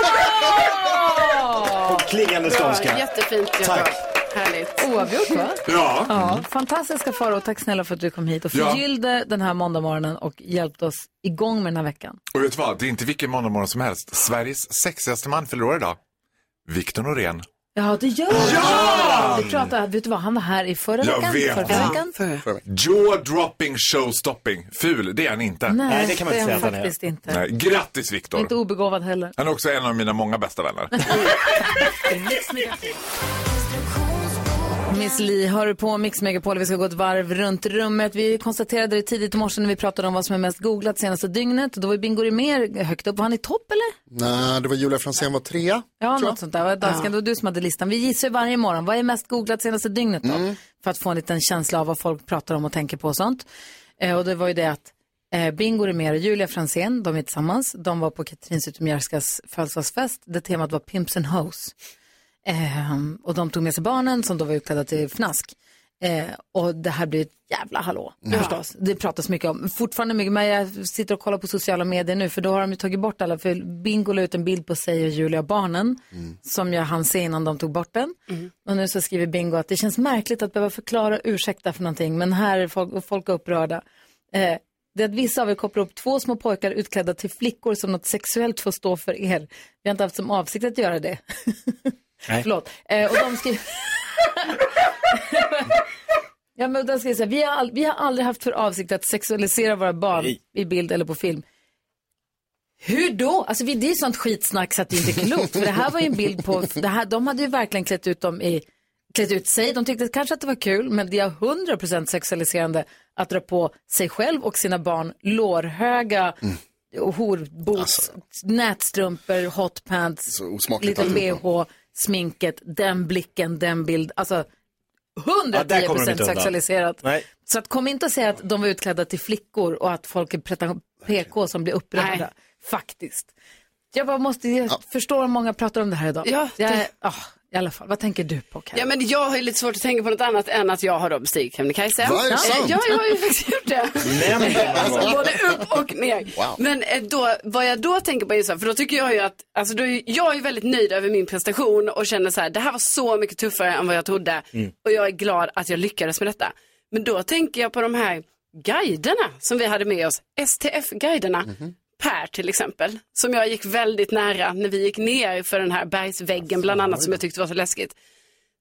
S3: På klingande
S6: Bra,
S3: skånska.
S6: jättefint Jakob.
S3: Tack.
S6: Härligt.
S1: Oavgjort va?
S10: Ja.
S1: Ja, fantastiska Faro, tack snälla för att du kom hit och
S10: Ja.
S1: förgyllde den här måndagmorgonen och hjälpte oss igång med den här veckan.
S10: Och vet du vad, det är inte vilken måndagmorgon som helst. Sveriges sexigaste man fyller år idag. Viktor Norén.
S1: Ja, det gör ja! Vi pratade, vet du vad, han var här i förra
S10: Jag
S1: veckan,
S10: vet.
S1: förra veckan.
S10: Jaw-dropping, show-stopping. Ful, det är han inte. Nej.
S3: det kan man inte
S1: det är
S3: säga att
S1: han
S3: han är.
S1: faktiskt inte.
S10: Grattis
S1: Inte
S10: Viktor!
S1: obegåvad heller.
S10: Han är också en av mina många bästa vänner.
S1: Miss Li, hör du på Mix Megapol? Vi ska gå ett varv runt rummet. Vi konstaterade det tidigt i morse när vi pratade om vad som är mest googlat senaste dygnet. Då var Bingo Rimér högt upp. Var han i topp eller?
S4: Nej, det var Julia Franzén var trea.
S1: Ja, något sånt där. Var Dansken, det var du som hade listan. Vi gissar ju varje morgon. Vad är mest googlat senaste dygnet då? För att få en liten känsla av vad folk pratar om och tänker på och sånt. Eh, och det var ju det att eh, Bingo Rimér och Julia Franzén, de är tillsammans. De var på Katrin Zytomierskas födelsedagsfest där temat var Pimps and Hoes. Ehm, och de tog med sig barnen som då var utklädda till fnask. Eh, och det här blir ett jävla hallå förstås. Det pratas mycket om. Fortfarande mycket, men jag sitter och kollar på sociala medier nu för då har de ju tagit bort alla. För Bingo la ut en bild på sig och Julia och barnen som jag hann se innan de tog bort den. Och nu så skriver Bingo att det känns märkligt att behöva förklara och ursäkta för någonting men här är folk, och folk är upprörda. Eh, det är att vissa av er kopplar upp två små pojkar utklädda till flickor som något sexuellt får stå för er. Vi har inte haft som avsikt att göra det. <laughs> Förlåt. Eh, och de skriver... <laughs> ja, men de skriver så här, vi, har all... vi har aldrig haft för avsikt att sexualisera våra barn
S3: Nej.
S1: i bild eller på film. Hur då? Alltså vi- det är ju sånt skitsnack så att det inte är klokt. För det här var ju en bild på, det här, de hade ju verkligen klätt ut dem i, klätt ut sig. De tyckte kanske att det var kul, men det är 100% sexualiserande att dra på sig själv och sina barn lårhöga horboots, nätstrumpor, hotpants,
S4: Alltså. Så osmakligt
S1: lite
S4: alltihopa.
S1: bh, sminket, den blicken, den bild. Alltså 110%
S3: Ja, där kommer de inte undan.
S1: sexualiserat.
S3: Nej.
S1: Så att kom inte och säg att de var utklädda till flickor och att folk är preta- PK som blir upprörda.
S6: Nej.
S1: Faktiskt. Jag bara måste, jag förstår att många pratar om det här idag.
S6: Ja,
S1: jag,
S6: det-
S1: ah, I alla fall, vad tänker du på Karin?
S6: Ja, men jag har ju lite svårt att tänka på något annat än att jag har då bestigit Kebnekaise.
S4: Va, är det
S6: Eh,
S4: sant?
S6: Ja, jag har ju faktiskt gjort det.
S3: Nämn det någon gång.
S6: Alltså både upp och ner.
S4: Wow.
S6: Men eh, då, vad jag då tänker på är ju så här, för då tycker jag ju att, alltså då är, ju- jag är ju väldigt nöjd över min prestation och känner så här, det här var så mycket tuffare än vad jag trodde och jag är glad att jag lyckades med detta. Men då tänker jag på de här guiderna som vi hade med oss, STF-guiderna. Per till exempel, som jag gick väldigt nära när vi gick ner för den här bergsväggen bland annat som jag tyckte var så läskigt.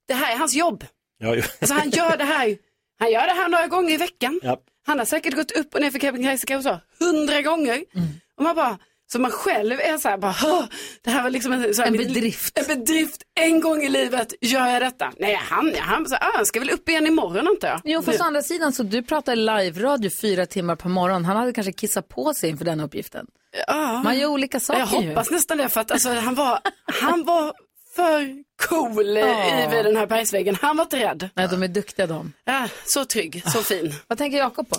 S6: Det här är hans jobb.
S3: Ja, ju.
S6: Alltså han gör det här, han gör det här några gånger i veckan.
S3: Ja.
S6: Han har säkert gått upp och ner för Kebnekaise kanske så hundra gånger.
S1: Mm.
S6: Och man bara, så man själv är så här, bara, "Hå, det här var liksom en, så här,
S1: En
S6: mitt-
S1: bedrift.
S6: En bedrift, en gång i livet gör jag detta. Nej, han, han, så, ah, han ska väl upp igen imorgon antar jag.
S1: Jo, fast å andra sidan så du pratar live-radio fyra timmar per morgon. Han hade kanske kissat på sig inför den uppgiften.
S6: Ja.
S1: Man gör olika saker
S6: Ah. jag hoppas nästan det, för att alltså, han, var, han var för cool
S1: Ja.
S6: i vid den här bergsväggen. Han var inte rädd.
S1: ju. Nej, de är duktiga de.
S6: Ah, så trygg, så fin.
S1: Vad tänker Jakob på?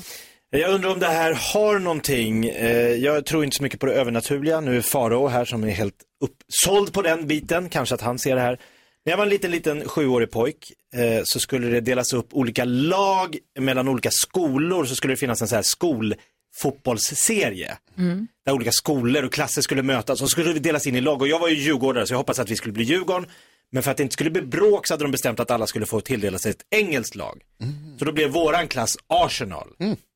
S3: Jag undrar om det här har någonting. Eh, jag tror inte så mycket på det övernaturliga. Nu är Farao här som är helt uppsåld på den biten. Kanske att han ser det här. När jag var en liten, liten sjuårig pojk eh, så skulle det delas upp olika lag mellan olika skolor. Så skulle det finnas en så här skolfotbollsserie.
S1: Mm.
S3: Där olika skolor och klasser skulle mötas och så skulle vi delas in i lag. Och jag var ju djurgårdare så jag hoppades att vi skulle bli Djurgården. Men för att det inte skulle bli bråk så hade de bestämt att alla skulle få tilldela sig ett engelskt lag. Så då blev våran klass Arsenal.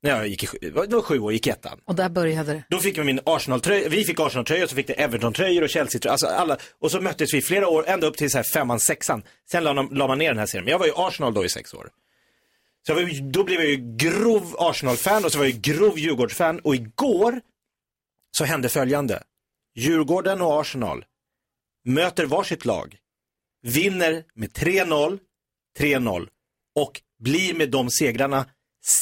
S3: När jag gick i, sju- det var det var sju år, gick i ettan.
S1: Och där började det.
S3: Då fick vi min Arsenal-tröja, vi fick Arsenal-tröjor, så fick det Everton-tröjor och Chelsea-tröjor, alltså alla, och så möttes vi flera år, ända upp till så här femman, sexan. Sen la, de- la man ner den här serien, men jag var ju Arsenal då i sex år. Så jag var, ju- då blev jag ju grov Arsenal-fan och så var jag ju grov Djurgårds-fan och igår så hände följande. Djurgården och Arsenal möter varsitt lag, vinner med 3-0, 3-0 och blir med de segrarna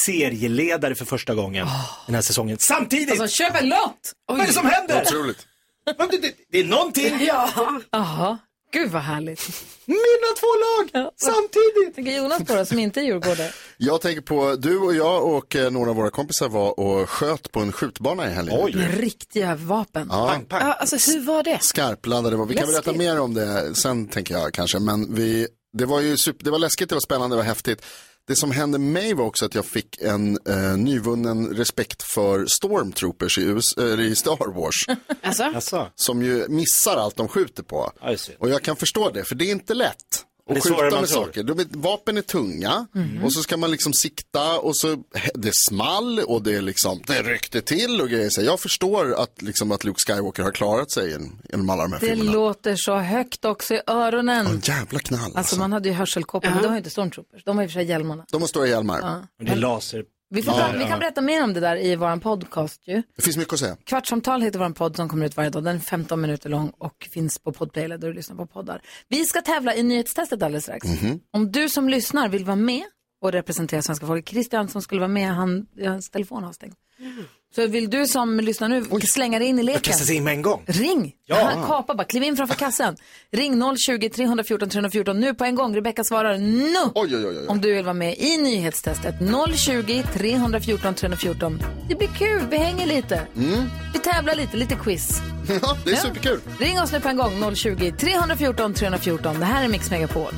S3: serieledare för första gången den här säsongen. Samtidigt!
S1: Alltså, köp en lott!
S3: Vad är det som händer?
S4: Otroligt.
S3: Men det- det- Det är någonting.
S1: Jaha, gud vad härligt.
S3: Mina två lag samtidigt.
S1: Tänker Jonas på det som inte är djurgårdare.
S4: Jag tänker på, du och jag och eh, några av våra kompisar var och sköt på en skjutbana i helgen.
S1: Med riktiga vapen.
S4: Ja.
S3: Pang, pang.
S6: Ja, alltså hur var det?
S4: Skarpladdade var. Vi kan berätta mer om det sen tänker jag kanske. Men vi, det var ju super, det var läskigt, det var spännande, det var häftigt. Det som hände mig var också att jag fick en eh, nyvunnen respekt för stormtroopers i, US, eh, i Star Wars.
S6: <laughs> Alltså?
S3: Jaså?
S4: som ju missar allt de skjuter på.
S3: Ja, just det.
S4: Och jag kan förstå det, för det är inte lätt
S3: Det är
S4: att
S3: svårare än
S4: skjuta
S3: man
S4: med
S3: tror.
S4: saker. De, vapen är tunga och så ska man liksom sikta och så det small och det är liksom, det ryckte till och grejer. Så jag förstår att, liksom, att Luke Skywalker har klarat sig genom- genom alla de här
S1: Det
S4: filmerna.
S1: låter så högt också i öronen.
S4: En jävla knall alltså.
S1: Alltså man hade ju hörselkoppor, men de har ju inte stormtroopers. De har i och för sig hjälmarna.
S4: De har stora hjälmar.
S3: Det är laser.
S1: Vi, får prata, vi kan berätta mer om det där i våran podcast ju.
S4: Det finns mycket att säga.
S1: Kvartsamtal heter vår podd som kommer ut varje dag. Den är 15 minuter lång och finns på Podplay eller där du lyssnar på poddar. Vi ska tävla i nyhetstestet alldeles strax. Om du som lyssnar vill vara med och representera svenska folket, Christian som skulle vara med, han, hans telefon har stängt. Så vill du som lyssnar nu slänga dig in i
S3: Mhm. Jag
S1: leken?
S3: kastar sig in med en gång.
S1: Ring! Ja. Han kapar bara, kliv in framför kassen. Ring 020-314 314 nu på en gång. Rebecka svarar nu!
S4: Oj, oj, oj. oj.
S1: Om du vill vara med i nyhetstestet 020 314 314. Det blir kul, vi hänger lite. Vi tävlar lite, lite quiz.
S4: Mm. <laughs> Ja, det är superkul.
S1: Ring oss nu på en gång, 020 314 314. Det här är Mix Megapol.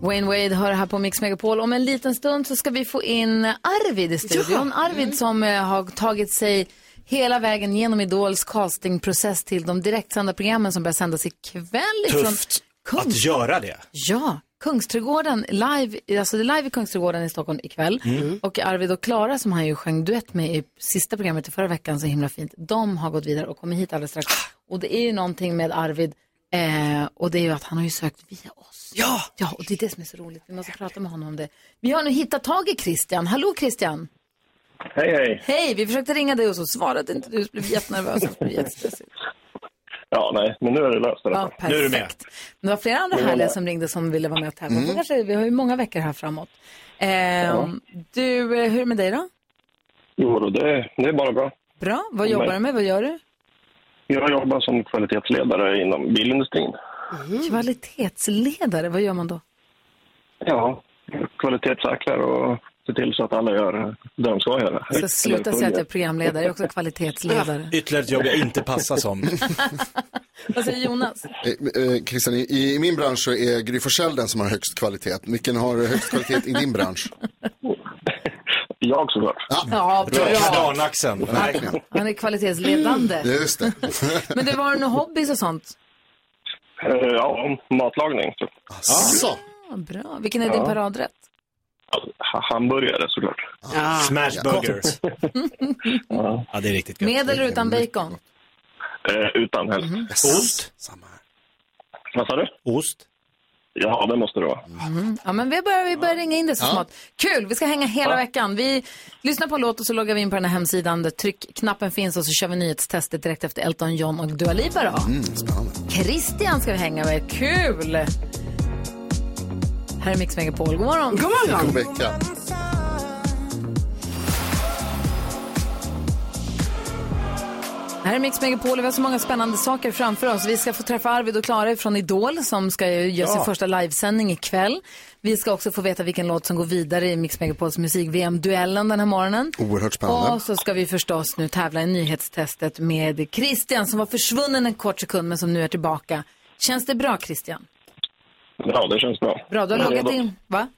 S1: Wayne Wade hör här på Mix Megapol. Om en liten stund så ska vi få in Arvid i studion. Arvid som eh, har tagit sig hela vägen genom Idols castingprocess till de direktsända programmen som börjar sändas ikväll. ifrån
S3: Tufft att göra det.
S1: Ja, Kungsträdgården live, alltså det är live i Kungsträdgården i Stockholm ikväll. Och Arvid och Klara som han ju sjöng duett med i sista programmet i förra veckan så himla fint. De har gått vidare och kommer hit alldeles strax. Och det är ju någonting med Arvid eh, och det är ju att han har ju sökt via oss. Ja! Ja, och det är det som är så roligt. Vi måste prata med honom om det. Vi har nu hittat tag i Christian. Hallå Christian!
S8: Hej, hej.
S1: Hej, vi försökte ringa dig och så svarade inte du. Så blev vi
S8: <laughs>
S1: jättenervösa. Så blev vi jättestressiga.
S8: Ja, nej, men nu är det löst i alla
S1: Ja,
S8: fall.
S1: perfekt.
S3: Nu är du med.
S1: Men Det var Mm. flera andra härliga som ringde som ville vara med och tävla. Så Kanske, vi har ju många veckor här framåt. Ehm, Du, eh, hur är det med dig då?
S8: Jo, då, det, det är bara bra.
S1: Bra. Vad jobbar du med? Vad gör du?
S8: Jag jobbar som kvalitetsledare inom bilindustrin.
S1: Mm. Kvalitetsledare, vad gör man då?
S8: Ja, kvalitetssäkrar och ser till så att alla gör det de ska göra.
S1: Så Alltså, sluta säga att jag är programledare, jag är också <laughs> kvalitetsledare.
S3: Ytterligare ett jobb jag inte passar som.
S1: Vad säger Alltså,
S4: <laughs>
S1: Jonas?
S4: Eh, eh, Christian, i, i min bransch så är Gry Forssell den som har högst kvalitet. Vilken har högst kvalitet i din bransch?
S8: <laughs> Jag såklart.
S1: Ja, bra.
S3: Kardanaxeln. Nej.
S1: Han är kvalitetsledande.
S4: Just det.
S1: Men du, har du några hobbys och sånt?
S8: Eh, Ja, matlagning. typ. Så.
S4: Ah, Så.
S1: Ja, bra. Vilken är din paradrätt?
S8: Ha- Hamburgare såklart.
S1: Ah.
S3: Smash
S8: <laughs>
S3: burgers. Ja, det är riktigt gott.
S1: Med eller utan bacon?
S8: Eh, Utan helst.
S1: Mm-hmm.
S3: Ost.
S8: Vad sa du?
S3: Ost.
S8: Ja, det måste det vara.
S1: Mm. Ja, men vi börjar, vi börjar ringa in det så smått. Kul, vi ska hänga hela veckan. Vi lyssnar på en låt och så loggar vi in på den här hemsidan där tryckknappen finns och så kör vi nyhetstestet direkt efter Elton John och Dua Lipa då.
S4: Mm,
S1: Christian ska vi hänga med, kul! Här är Mix Megapol, god morgon!
S6: God morgon!
S4: God vecka.
S1: Här är Mix Megapol och vi har så många spännande saker framför oss. Vi ska få träffa Arvid och Klara från Idol som ska ju göra sin första livesändning ikväll. Vi ska också få veta vilken låt som går vidare i Mix Megapols musik-VM-duellen den här morgonen.
S4: Oerhört spännande.
S1: Och så ska vi förstås nu tävla i nyhetstestet med Christian som var försvunnen en kort sekund men som nu är tillbaka. Känns det bra Christian?
S8: Ja, det känns bra.
S1: Bra, du har
S8: Jag är
S1: loggat
S8: redo.
S1: in, va?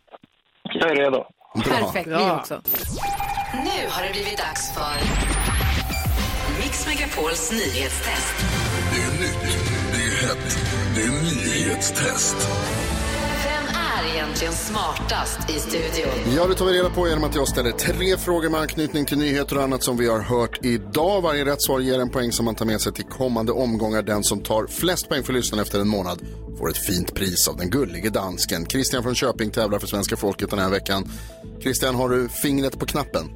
S8: Jag är redo.
S1: Perfekt, vi också.
S11: Nu har det blivit dags för Mix Megapols nyhetstest.
S12: Det är nytt, det är hett, det är nyhetstest.
S11: Vem är egentligen smartast i studion?
S4: Ja, det tar vi reda på genom att jag ställer tre frågor med anknytning till nyheter och annat som vi har hört idag. Varje rätt svar ger en poäng som man tar med sig till kommande omgångar. Den som tar flest poäng för lyssnaren efter en månad får ett fint pris av den gullige dansken. Christian från Köping tävlar för svenska folket den här veckan. Christian, har du fingret på knappen?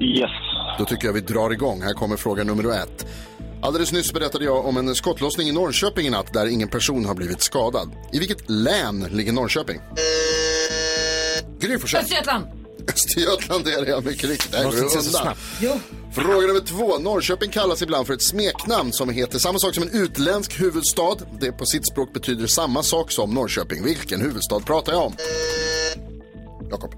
S8: Yes.
S4: Då tycker jag vi drar igång. Här kommer fråga nummer ett. Alldeles nyss berättade jag om en skottlossning i Norrköping i natt där ingen person har blivit skadad. I vilket län ligger Norrköping? Gry Forssell.
S1: Östergötland.
S4: Östergötland är det ja, mycket riktigt. Där går
S1: Måste
S4: det
S1: inte säga så
S4: undan.
S1: snabbt. Jo.
S4: Fråga nummer två. Norrköping kallas ibland för ett smeknamn som heter samma sak som en utländsk huvudstad. Det på sitt språk betyder samma sak som Norrköping. Vilken huvudstad pratar jag om? Jakob.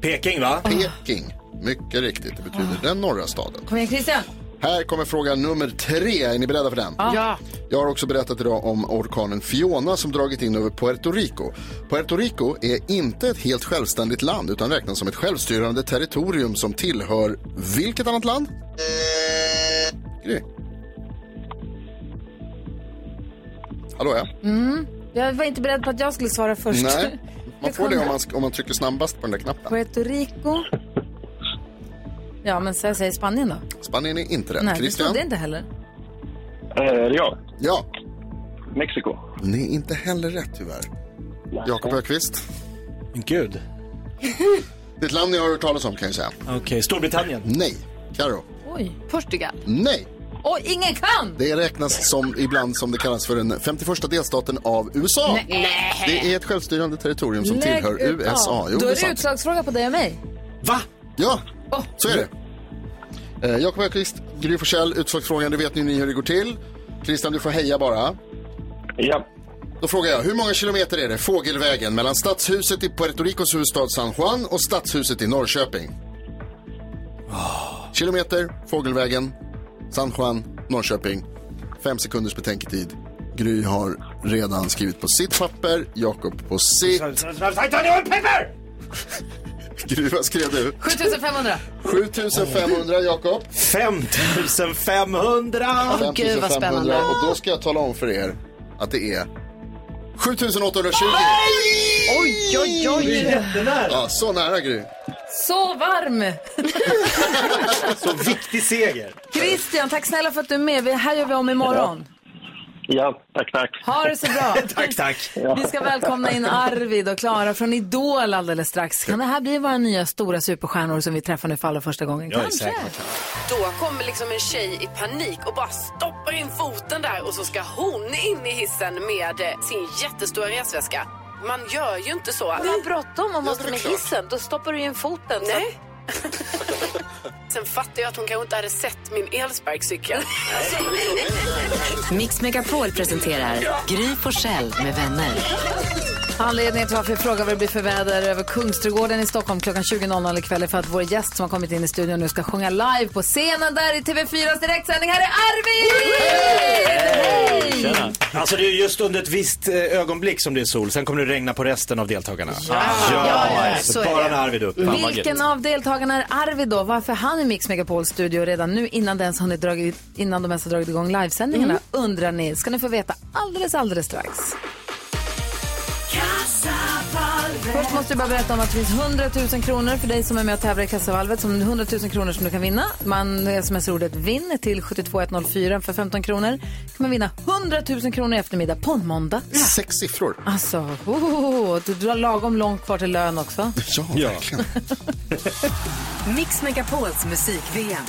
S3: Peking va?
S4: Peking. Mycket riktigt. Det betyder den norra staden.
S1: Kom igen Christian.
S4: Här kommer fråga nummer tre. Är ni beredda för den?
S1: Ja.
S4: Jag har också berättat idag om orkanen Fiona som dragit in över Puerto Rico. Puerto Rico är inte ett helt självständigt land utan räknas som ett självstyrande territorium som tillhör vilket annat land? Gry. Hallå ja.
S1: Mm. Jag var inte beredd på att jag skulle svara först.
S4: Nej, man
S1: Jag
S4: får det
S1: kommer.
S4: om man, sk- om man trycker snabbast på den där knappen.
S1: <laughs> Puerto Rico. Ja, men så jag säger Spanien då.
S4: Spanien är inte rätt.
S1: Nej, det
S4: Christian?
S1: trodde jag inte heller.
S8: Eh, Är det jag?
S4: Ja.
S8: Mexiko.
S4: Det är inte heller rätt tyvärr. Jakob Ökvist.
S3: Men gud.
S4: Det är ett land jag har hört talas om kan jag säga.
S3: Okej, Storbritannien.
S4: Nej. Karo.
S1: Oj.
S6: Portugal.
S4: Nej.
S1: Oj, ingen kan!
S4: Det räknas som ibland som det kallas för den 51 delstaten av USA.
S1: Nej.
S4: Det är ett självstyrande territorium som
S1: Lägg
S4: tillhör
S1: ut-
S4: USA.
S1: Ja.
S4: Jo, det
S1: Då
S4: är
S1: är det
S4: sant.
S1: utslagsfråga på dig och mig.
S3: Va?
S4: Ja, så är det. Eh, Jakob Öqvist, Gry Forssell, utslagsfrågan, det vet ni ni hur det går till. Christian, du får heja bara.
S8: Ja.
S4: Då frågar jag, hur många kilometer är det fågelvägen mellan stadshuset i Puerto Ricos huvudstad San Juan och stadshuset i Norrköping? Kilometer, fågelvägen, San Juan, Norrköping. Fem sekunders betänketid. Gry har redan skrivit på sitt papper, Jakob på sitt.
S3: Pepper!
S4: Gry, vad skrev du?
S1: 7500.
S4: 7500, Jakob.
S3: 5500!
S6: Åh, gud, vad spännande.
S4: Och då ska jag tala om för er att det är 7820.
S1: Oj, oj,
S3: Det är
S1: oj.
S3: jättenära.
S4: Ja, så nära Gry.
S1: Så varm.
S3: Så viktig seger.
S1: Christian, tack snälla för att du är med. Vi- Här gör vi om imorgon.
S8: Ja, tack, tack.
S1: Ha det så bra.
S3: <laughs> Tack, tack.
S1: Vi ska välkomna in Arvid och Klara från Idol alldeles strax. Kan det här bli våra nya stora superstjärnor som vi träffar nu för allra första gången?
S3: Jag är
S1: Kanske.
S3: säker.
S6: Då kommer liksom en tjej i panik och bara stoppar in foten där och så ska hon in i hissen med eh, sin jättestora resväska. Man gör ju inte så.
S1: Du har bråttom och måste med hissen. Då stoppar du in foten. Så
S6: Nej. <laughs> Sen fattar jag att hon kanske inte hade sett min elsparkcykel.
S2: Mix Megapol presenterar Gry Forssell med vänner.
S1: Anledningen till varför jag frågar vad det blir för väder över Kungsträdgården i Stockholm klockan 20.00 ikväll är för att vår gäst som har kommit in i studion nu ska sjunga live på scenen där i TV4s direktsändning. Här är Arvid! Hej!
S3: Tjena. Alltså det är just under ett visst eh, ögonblick som det är sol, sen kommer det regna på resten av deltagarna. Ja,
S1: ja, ja, så är
S3: bara
S1: det.
S3: när Arvid är uppe. Fan, vad
S1: Vilken
S3: gött.
S1: av deltagarna är Arvid då? Varför han i Mix Megapols studio redan nu innan, den hunnit dragit, innan de ens har dragit igång livesändningarna
S4: Mm.
S1: undrar ni. Ska ni få veta alldeles, alldeles strax. Först måste jag bara berätta om att det finns 100 000 kronor för dig som är med och tävlar i kassavalvet. Som 100 000 kronor som du kan vinna. Man smsar ordet vinn till 72104 för 15 kronor. kan man vinna 100 000 kronor i eftermiddag på en måndag.
S4: Sex siffror.
S1: Alltså, oh, oh, oh, oh. du har lagom långt kvar till lön också.
S4: Ja,
S3: Ja.
S4: verkligen.
S11: Mix Megapols musik-VM.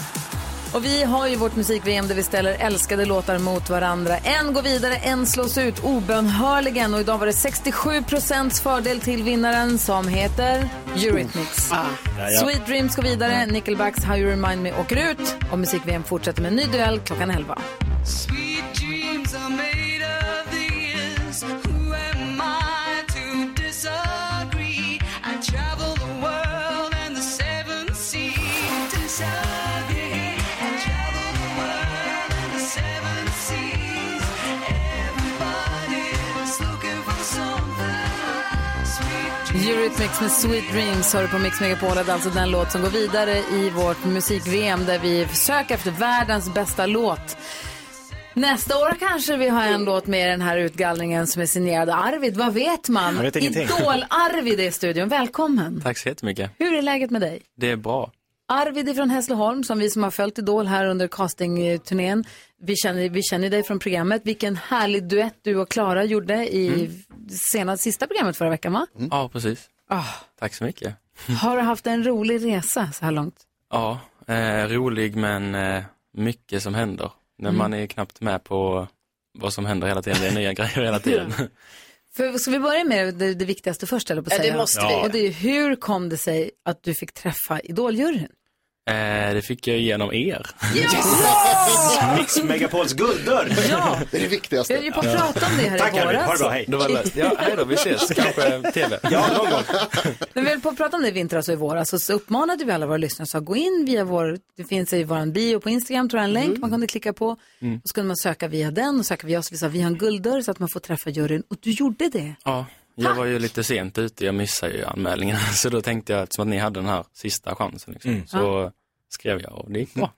S1: Och vi har ju vårt musik-VM där vi ställer älskade låtar mot varandra. En går vidare, en slås ut obönhörligen. Och idag var det 67 procents fördel till vinnaren som heter Eurythmics.
S3: Ja, ja.
S1: Sweet Dreams går vidare, Nickelbacks How You Remind Me åker ut. Och musik-VM fortsätter med en ny duell klockan 11.
S9: Everybody's looking for something sweet.
S1: Eurythmics med Sweet Dreams hör du på Mix Megapol. Det är alltså den låt som går vidare i vårt musik-VM där vi söker efter världens bästa låt. Nästa år kanske vi har en låt med i den här utgallringen som är signerad Arvid. Vad vet man?
S13: Jag vet ingenting.
S1: Idol-Arvid är i studion. Välkommen!
S13: Tack så jättemycket.
S1: Hur är läget med dig?
S13: Det är bra.
S1: Arvid är från Hässleholm, som vi som har följt Idol här under castingturnén. Vi känner, vi känner dig från programmet. Vilken härlig duett du och Klara gjorde i
S13: Mm.
S1: senast, sista programmet förra veckan, va?
S13: Ja, precis.
S1: Ah.
S13: Tack så mycket.
S1: Har du haft en rolig resa så här långt?
S13: Ja, eh, rolig men eh, mycket som händer. När
S1: Mm.
S13: man är knappt med på vad som händer hela tiden. Det är nya <laughs> grejer hela tiden.
S1: För, ska vi börja med det, det viktigaste först, eller på att
S6: Ja, det
S1: säga?
S6: måste vi.
S1: Och det är ju, hur kom det sig att du fick träffa Idoljuryn?
S13: <laughs> eh, det fick jag genom er.
S3: Mix Megapols gulddörr.
S1: Ja.
S4: Det är det viktigaste.
S1: Vi höll ju på att prata om det här i våras. <laughs>
S13: Då var det- Ja, hej då, vi ses. Kanske tv. Ja, någon gång.
S1: När vi höll på att prata om det i vintras och i våras så- så uppmanade vi alla våra lyssnare och sa gå in via vår, det finns i vår bio på Instagram, tror jag, en länk man kunde klicka på.
S13: Mm.
S1: Och så kunde man söka via den och söka via oss. Vi sa vi har en gulddörr så att man får träffa juryn. Och du gjorde det.
S13: Ja, jag var ju lite sent ute, jag missade ju anmälningen. <laughs> Så då tänkte jag, eftersom att ni hade den här sista chansen, liksom,
S1: Mm.
S13: så skrev jag och det gick bra.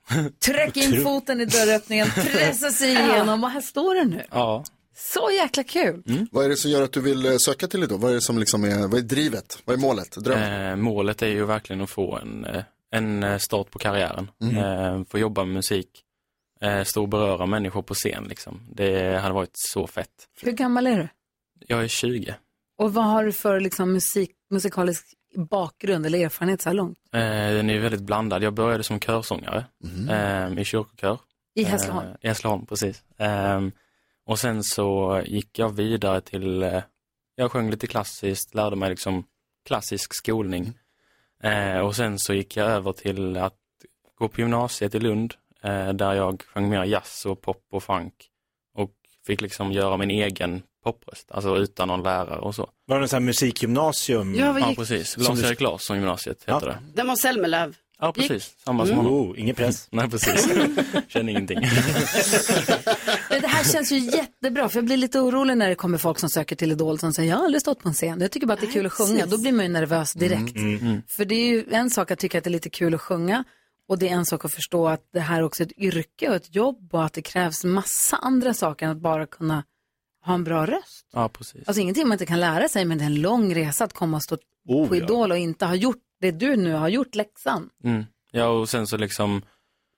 S1: Träck in
S13: Otroligt.
S1: foten i
S13: <laughs>
S1: dörröppningen, pressa sig igenom och här står den nu.
S13: Ja.
S1: Så jäkla kul.
S4: Mm. Vad är det som gör att du vill eh, söka till Idol? Vad är det som liksom är, vad är drivet? Vad är målet? Drömmen?
S13: Eh, målet är ju verkligen att få en, eh, en eh, start på karriären.
S4: Mm.
S13: Eh, få jobba med musik, eh, stå och beröra människor på scen liksom. Det hade varit så fett.
S1: Hur gammal är du?
S13: Jag är 20.
S1: Och vad har du för liksom, musik, musikalisk bakgrund eller erfarenhet så här långt?
S13: Eh, den är ju väldigt blandad. Jag började som körsångare
S3: Mhm.
S13: eh, i kyrkokör.
S1: I Hässleholm?
S13: Eh, I Hässleholm, precis. Eh, och sen så gick jag vidare till, eh, jag sjöng lite klassiskt, lärde mig liksom klassisk skolning.
S3: Mm.
S13: Eh, och sen så gick jag över till att gå på gymnasiet i Lund, eh, där jag sjöng mer jazz och pop och funk. Och fick liksom göra min egen popröst, alltså utan någon lärare och så.
S3: Var det något sånt här musikgymnasium?
S6: Ja, vad gick-
S13: precis.
S3: Som du-
S13: Lars-Erik Larsson gymnasiet heter det.
S6: Den var Selmelöv.
S13: Ja, precis. Samma som
S6: Mm.
S13: honom. Oh, ingen press. <laughs> Nej, precis. Känner ingenting.
S1: Men det här känns ju jättebra, för jag blir lite orolig när det kommer folk som söker till Idol som säger jag har aldrig stått på en scen, jag tycker bara att det är kul att sjunga. Då blir man ju nervös direkt.
S13: Mm,
S1: För det är ju en sak att tycka att det är lite kul att sjunga och det är en sak att förstå att det här är också ett yrke och ett jobb och att det krävs massa andra saker än att bara kunna ha en bra röst.
S13: Ja, precis.
S1: Alltså ingenting man inte kan lära sig, men det är en lång resa att komma och stå
S13: Oh,
S1: på
S13: ja.
S1: Idol och inte ha gjort det du nu har gjort, läxan.
S13: Mm. Ja, och sen så liksom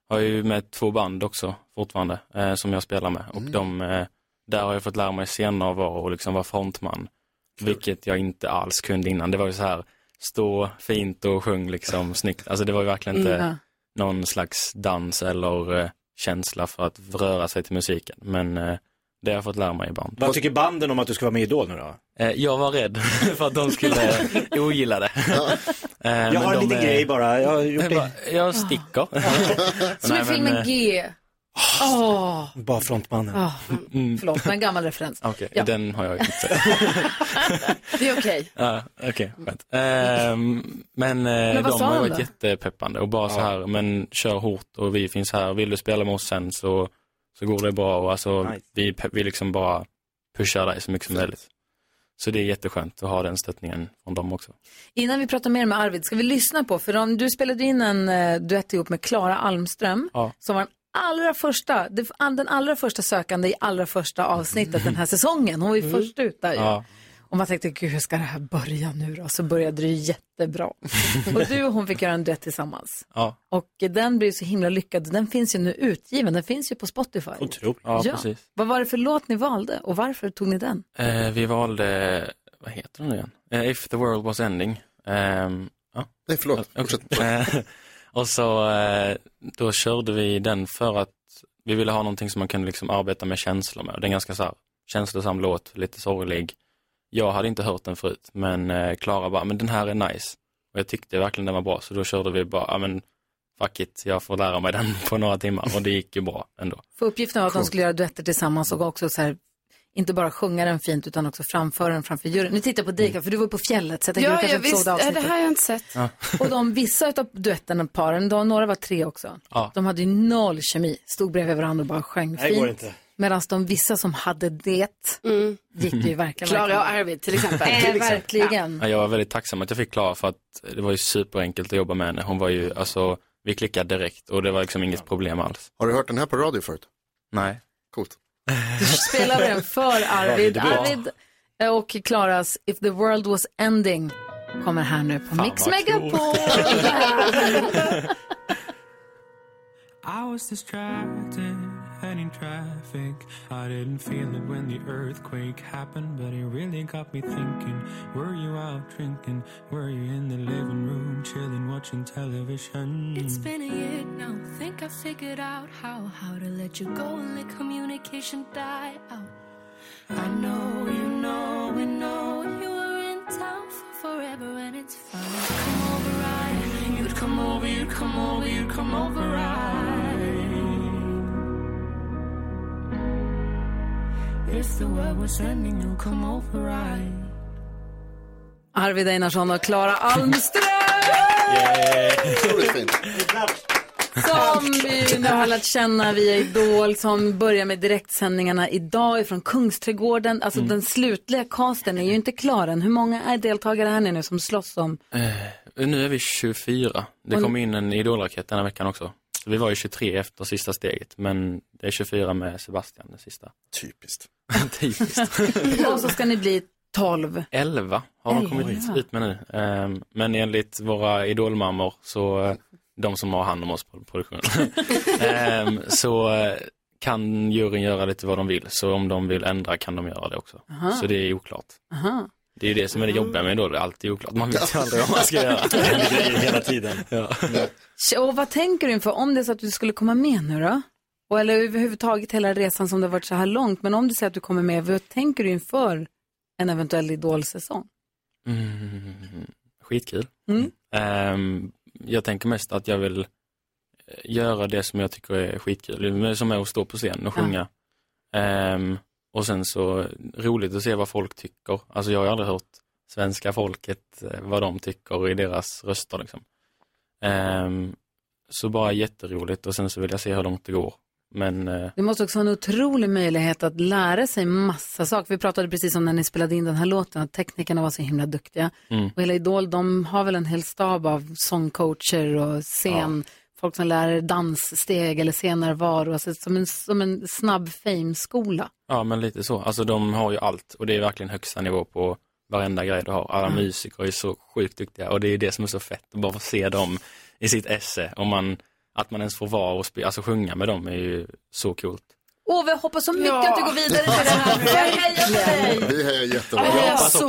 S13: har jag ju med två band också fortfarande eh, som jag spelar med. Och de, eh, där har jag fått lära mig senare att vara och liksom vara frontman. Vilket jag inte alls kunde innan. Det var ju så här, stå fint och sjung liksom snyggt. Alltså det var ju verkligen inte
S1: Mm, ja.
S13: någon slags dans eller eh, känsla för att röra sig till musiken. Men eh, det har jag fått lära mig i band.
S3: Vad tycker banden om att du ska vara med i Idol nu då?
S13: Eh, Jag var rädd <laughs> för att de
S3: <laughs>
S13: skulle ogilla det. Eh,
S3: Jag har en liten grej bara. Jag, har gjort det.
S13: jag sticker. <laughs>
S1: Som i
S13: Nej, men,
S1: filmen
S13: eh,
S1: G. Åh,
S13: Bara frontmannen.
S1: Ah,
S13: Mm.
S1: förlåt, men en gammal referens.
S13: Okej,
S1: Ja.
S13: den har jag inte
S3: <laughs>
S13: sett.
S1: Det är okej.
S13: Ja, Okej, skönt. Ehm, men eh,
S1: Men vad
S13: de
S1: sa
S13: har
S1: han
S13: varit
S1: då?
S13: jättepeppande och bara så här, men kör hårt och vi finns här. Vill du spela med oss sen så, så går det bra och alltså vi, pe- vi liksom bara pushar dig så mycket som möjligt. Så det är jätteskönt att ha den stöttningen från dem också.
S1: Innan vi pratar mer med Arvid, ska vi lyssna på, för de, du spelade in en eh, duett ihop med Klara Almström,
S13: Ja.
S1: som var den allra första, det- den allra första sökande i allra första avsnittet den här säsongen. Hon var ju först ut där ju.
S13: Mm. Ja.
S1: Och man tänkte, gud hur ska det här börja nu då? Så började det ju
S13: <laughs>
S1: jättebra. och du och hon fick göra en duett tillsammans.
S13: Ja,
S1: Och eh, den blev ju så himla lyckad. Den finns ju nu utgiven, den finns ju på Spotify.
S13: Otroligt. Ja, precis.
S1: Vad var det för låt ni valde och varför tog ni den?
S13: Eh, vi valde, vad heter den nu igen? Eh, If the world was ending. Ehm, ja. Eh,
S4: Nej, förlåt.
S13: <laughs> och så eh, då körde vi den för att vi ville ha någonting som man kunde liksom arbeta med känslor med. Det är en ganska så här, känslosam låt, lite sorglig. Jag hade inte hört den förut, men eh, Klara bara, men den här är nice. Och jag tyckte verkligen den var bra, så då körde vi bara, ja men fuck it, jag får lära mig den <laughs> på några timmar. Och det gick ju bra ändå.
S1: För uppgiften var att de skulle göra duetter tillsammans och också så här, inte bara sjunga den fint utan också framföra den framför juryn. Nu tittar jag på dig,
S3: Mm.
S1: Karin, för du var ju på fjället så jag tänker
S6: Ja,
S1: du kanske
S6: ja,
S1: inte såg
S6: visst.
S1: det
S6: Ja,
S1: avsnittet.
S6: det här har jag inte sett.
S1: Och de, vissa av duetterna, paren, de, några var tre också,
S13: Ja.
S1: de hade ju noll kemi, stod bredvid varandra och bara sjöng
S3: Nej, det går inte.
S1: Medan de vissa som hade det gick ju verkligen...
S6: Klara och Arvid till
S1: <laughs>
S6: exempel.
S1: Eh,
S6: Till exempel.
S1: verkligen.
S13: Ja, Jag var väldigt tacksam att jag fick Klara för att det var ju superenkelt att jobba med henne. Hon var ju, alltså, vi klickade direkt och det var liksom inget problem alls.
S4: Har du hört den här på radio förut?
S13: Nej.
S4: Coolt.
S1: Spelar vi den för Arvid.
S13: Ja, det blir bra.
S1: Arvid eh, och Klaras If the world was ending kommer här nu på Mix
S9: vad
S1: Megapol. <laughs>
S14: I was distracted and in traffic. I didn't feel it when the earthquake happened, but it really got me thinking. Were you out drinking? Were you in the living room, chilling, watching television?
S15: It's been a year now. Think I figured out how how to let you go and let communication die out. I know you know we know you were in town for forever and it's fine. Come over right, you'd come over, you'd come over, you'd come over right. If the world was ending, you'd come over right.
S1: Arvid Einarsson och Klara Almström
S4: Otroligt fint.
S1: som vi nu har lärt känna via Idol som börjar med direktsändningarna idag ifrån Kungsträdgården. Alltså
S13: Mm.
S1: den slutliga casten är ju inte klar än. Hur många är deltagare här nu som slåss om?
S13: Eh, nu är vi 24. Det
S1: Och-
S13: kom in en idolraket den här veckan också. Så vi var ju 23 efter sista steget, men det är 24 med Sebastian, det sista.
S4: Typiskt. <laughs>
S13: <laughs> Typiskt. <laughs>
S1: Och så ska ni bli 12.
S13: 11 har de kommit
S1: Elva.
S13: ut med nu. Ehm, Men enligt våra idolmammor, så eh, de som har hand om oss på produktionen, <laughs> ehm, så eh, kan juryn göra lite vad de vill. Så om de vill ändra kan de göra det också.
S1: Aha.
S13: Så det är oklart.
S1: Aha.
S13: Det är ju det som är det jobbiga med idol, det är alltid oklart. Man vet ju aldrig vad man ska göra. Det händer grejer hela tiden. Ja.
S1: Och vad tänker du inför om det är så att du skulle komma med nu då? Och eller överhuvudtaget hela resan som det har varit så här långt. Men om du säger att du kommer med, vad tänker du inför en eventuell idolsäsong?
S13: Mm, <laughs> skitkul.
S1: Mm.
S13: Ehm, jag tänker mest att jag vill eh, göra det som jag tycker är skitkul, men som är att stå på scen och
S1: Ja.
S13: sjunga. Ehm, och sen så roligt att se vad folk tycker. Alltså jag har ju aldrig hört svenska folket, eh, vad de tycker i deras röster liksom. Ehm, så bara jätteroligt och sen så vill jag se hur långt det går. Men eh,
S1: Det måste också vara en otrolig möjlighet att lära sig massa saker. Vi pratade precis om när ni spelade in den här låten att teknikerna var så himla duktiga.
S13: Mm.
S1: Och hela Idol, de har väl en hel stab av sångcoacher och scen, folk som lär er danssteg eller scenärvaro. Alltså som en, som en snabb fame-skola.
S13: Ja, men lite så. Alltså de har ju allt och det är verkligen högsta nivå på varenda grej du har. Alla
S1: Mm.
S13: musiker är så sjukt duktiga och det är det som är så fett att bara få se dem i sitt esse. Och man, att man ens får vara och spe- alltså, sjunga med dem är ju så coolt.
S1: Åh, vi hoppas så mycket
S9: Ja.
S1: att du går vidare till det här nu. Jag hejar på dig.
S4: Vi hejar jättebra.
S1: Jag
S13: Jag hoppas också.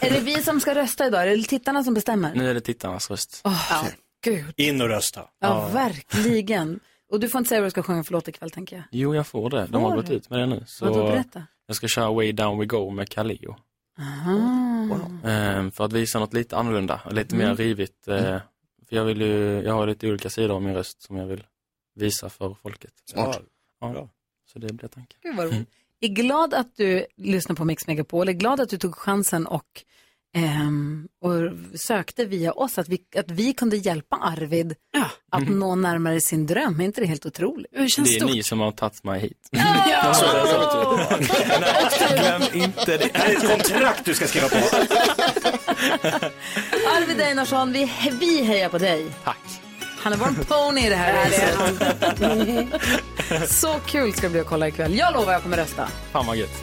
S1: Är det vi som ska rösta idag? Är det tittarna som bestämmer?
S13: <laughs> Nu är det tittarnas röst.
S1: Åh, gud.
S3: In och rösta.
S1: Ja, verkligen. Och du får inte säga vad du ska sjunga för låt ikväll, tänker jag.
S13: Jo, jag får det. De
S1: Får
S13: har gått
S1: du?
S13: ut med det nu. Så
S1: Vadå, berätta.
S13: Jag ska köra Way Down We Go med Kaleo.
S1: Aha.
S13: Ehm, för att visa något lite annorlunda, lite
S1: Mm.
S13: mer rivigt. eh, För jag vill ju, jag har lite olika sidor av min röst som jag vill visa för folket.
S4: Smart.
S13: Ja, ja. Så det blir tanken.
S1: Gud vad roligt. Är glad att du lyssnar på Mix Megapol, är glad att du tog chansen och, ehm, och sökte via oss, att vi, att vi kunde hjälpa Arvid att nå närmare sin dröm. Är inte det helt otroligt?
S13: det är ni som har tagit mig hit. <laughs>
S1: Ja!
S13: Så är det alltså. Nej, Glöm inte det.
S3: här är ett kontrakt du ska skriva på.
S1: Arvid Einarsson, vi, vi hejar på dig.
S13: Tack.
S1: Han är bara en pony i det här racet. Så kul ska det bli att kolla ikväll. Jag lovar jag kommer rösta.
S13: Fan vad gött.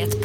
S2: Ett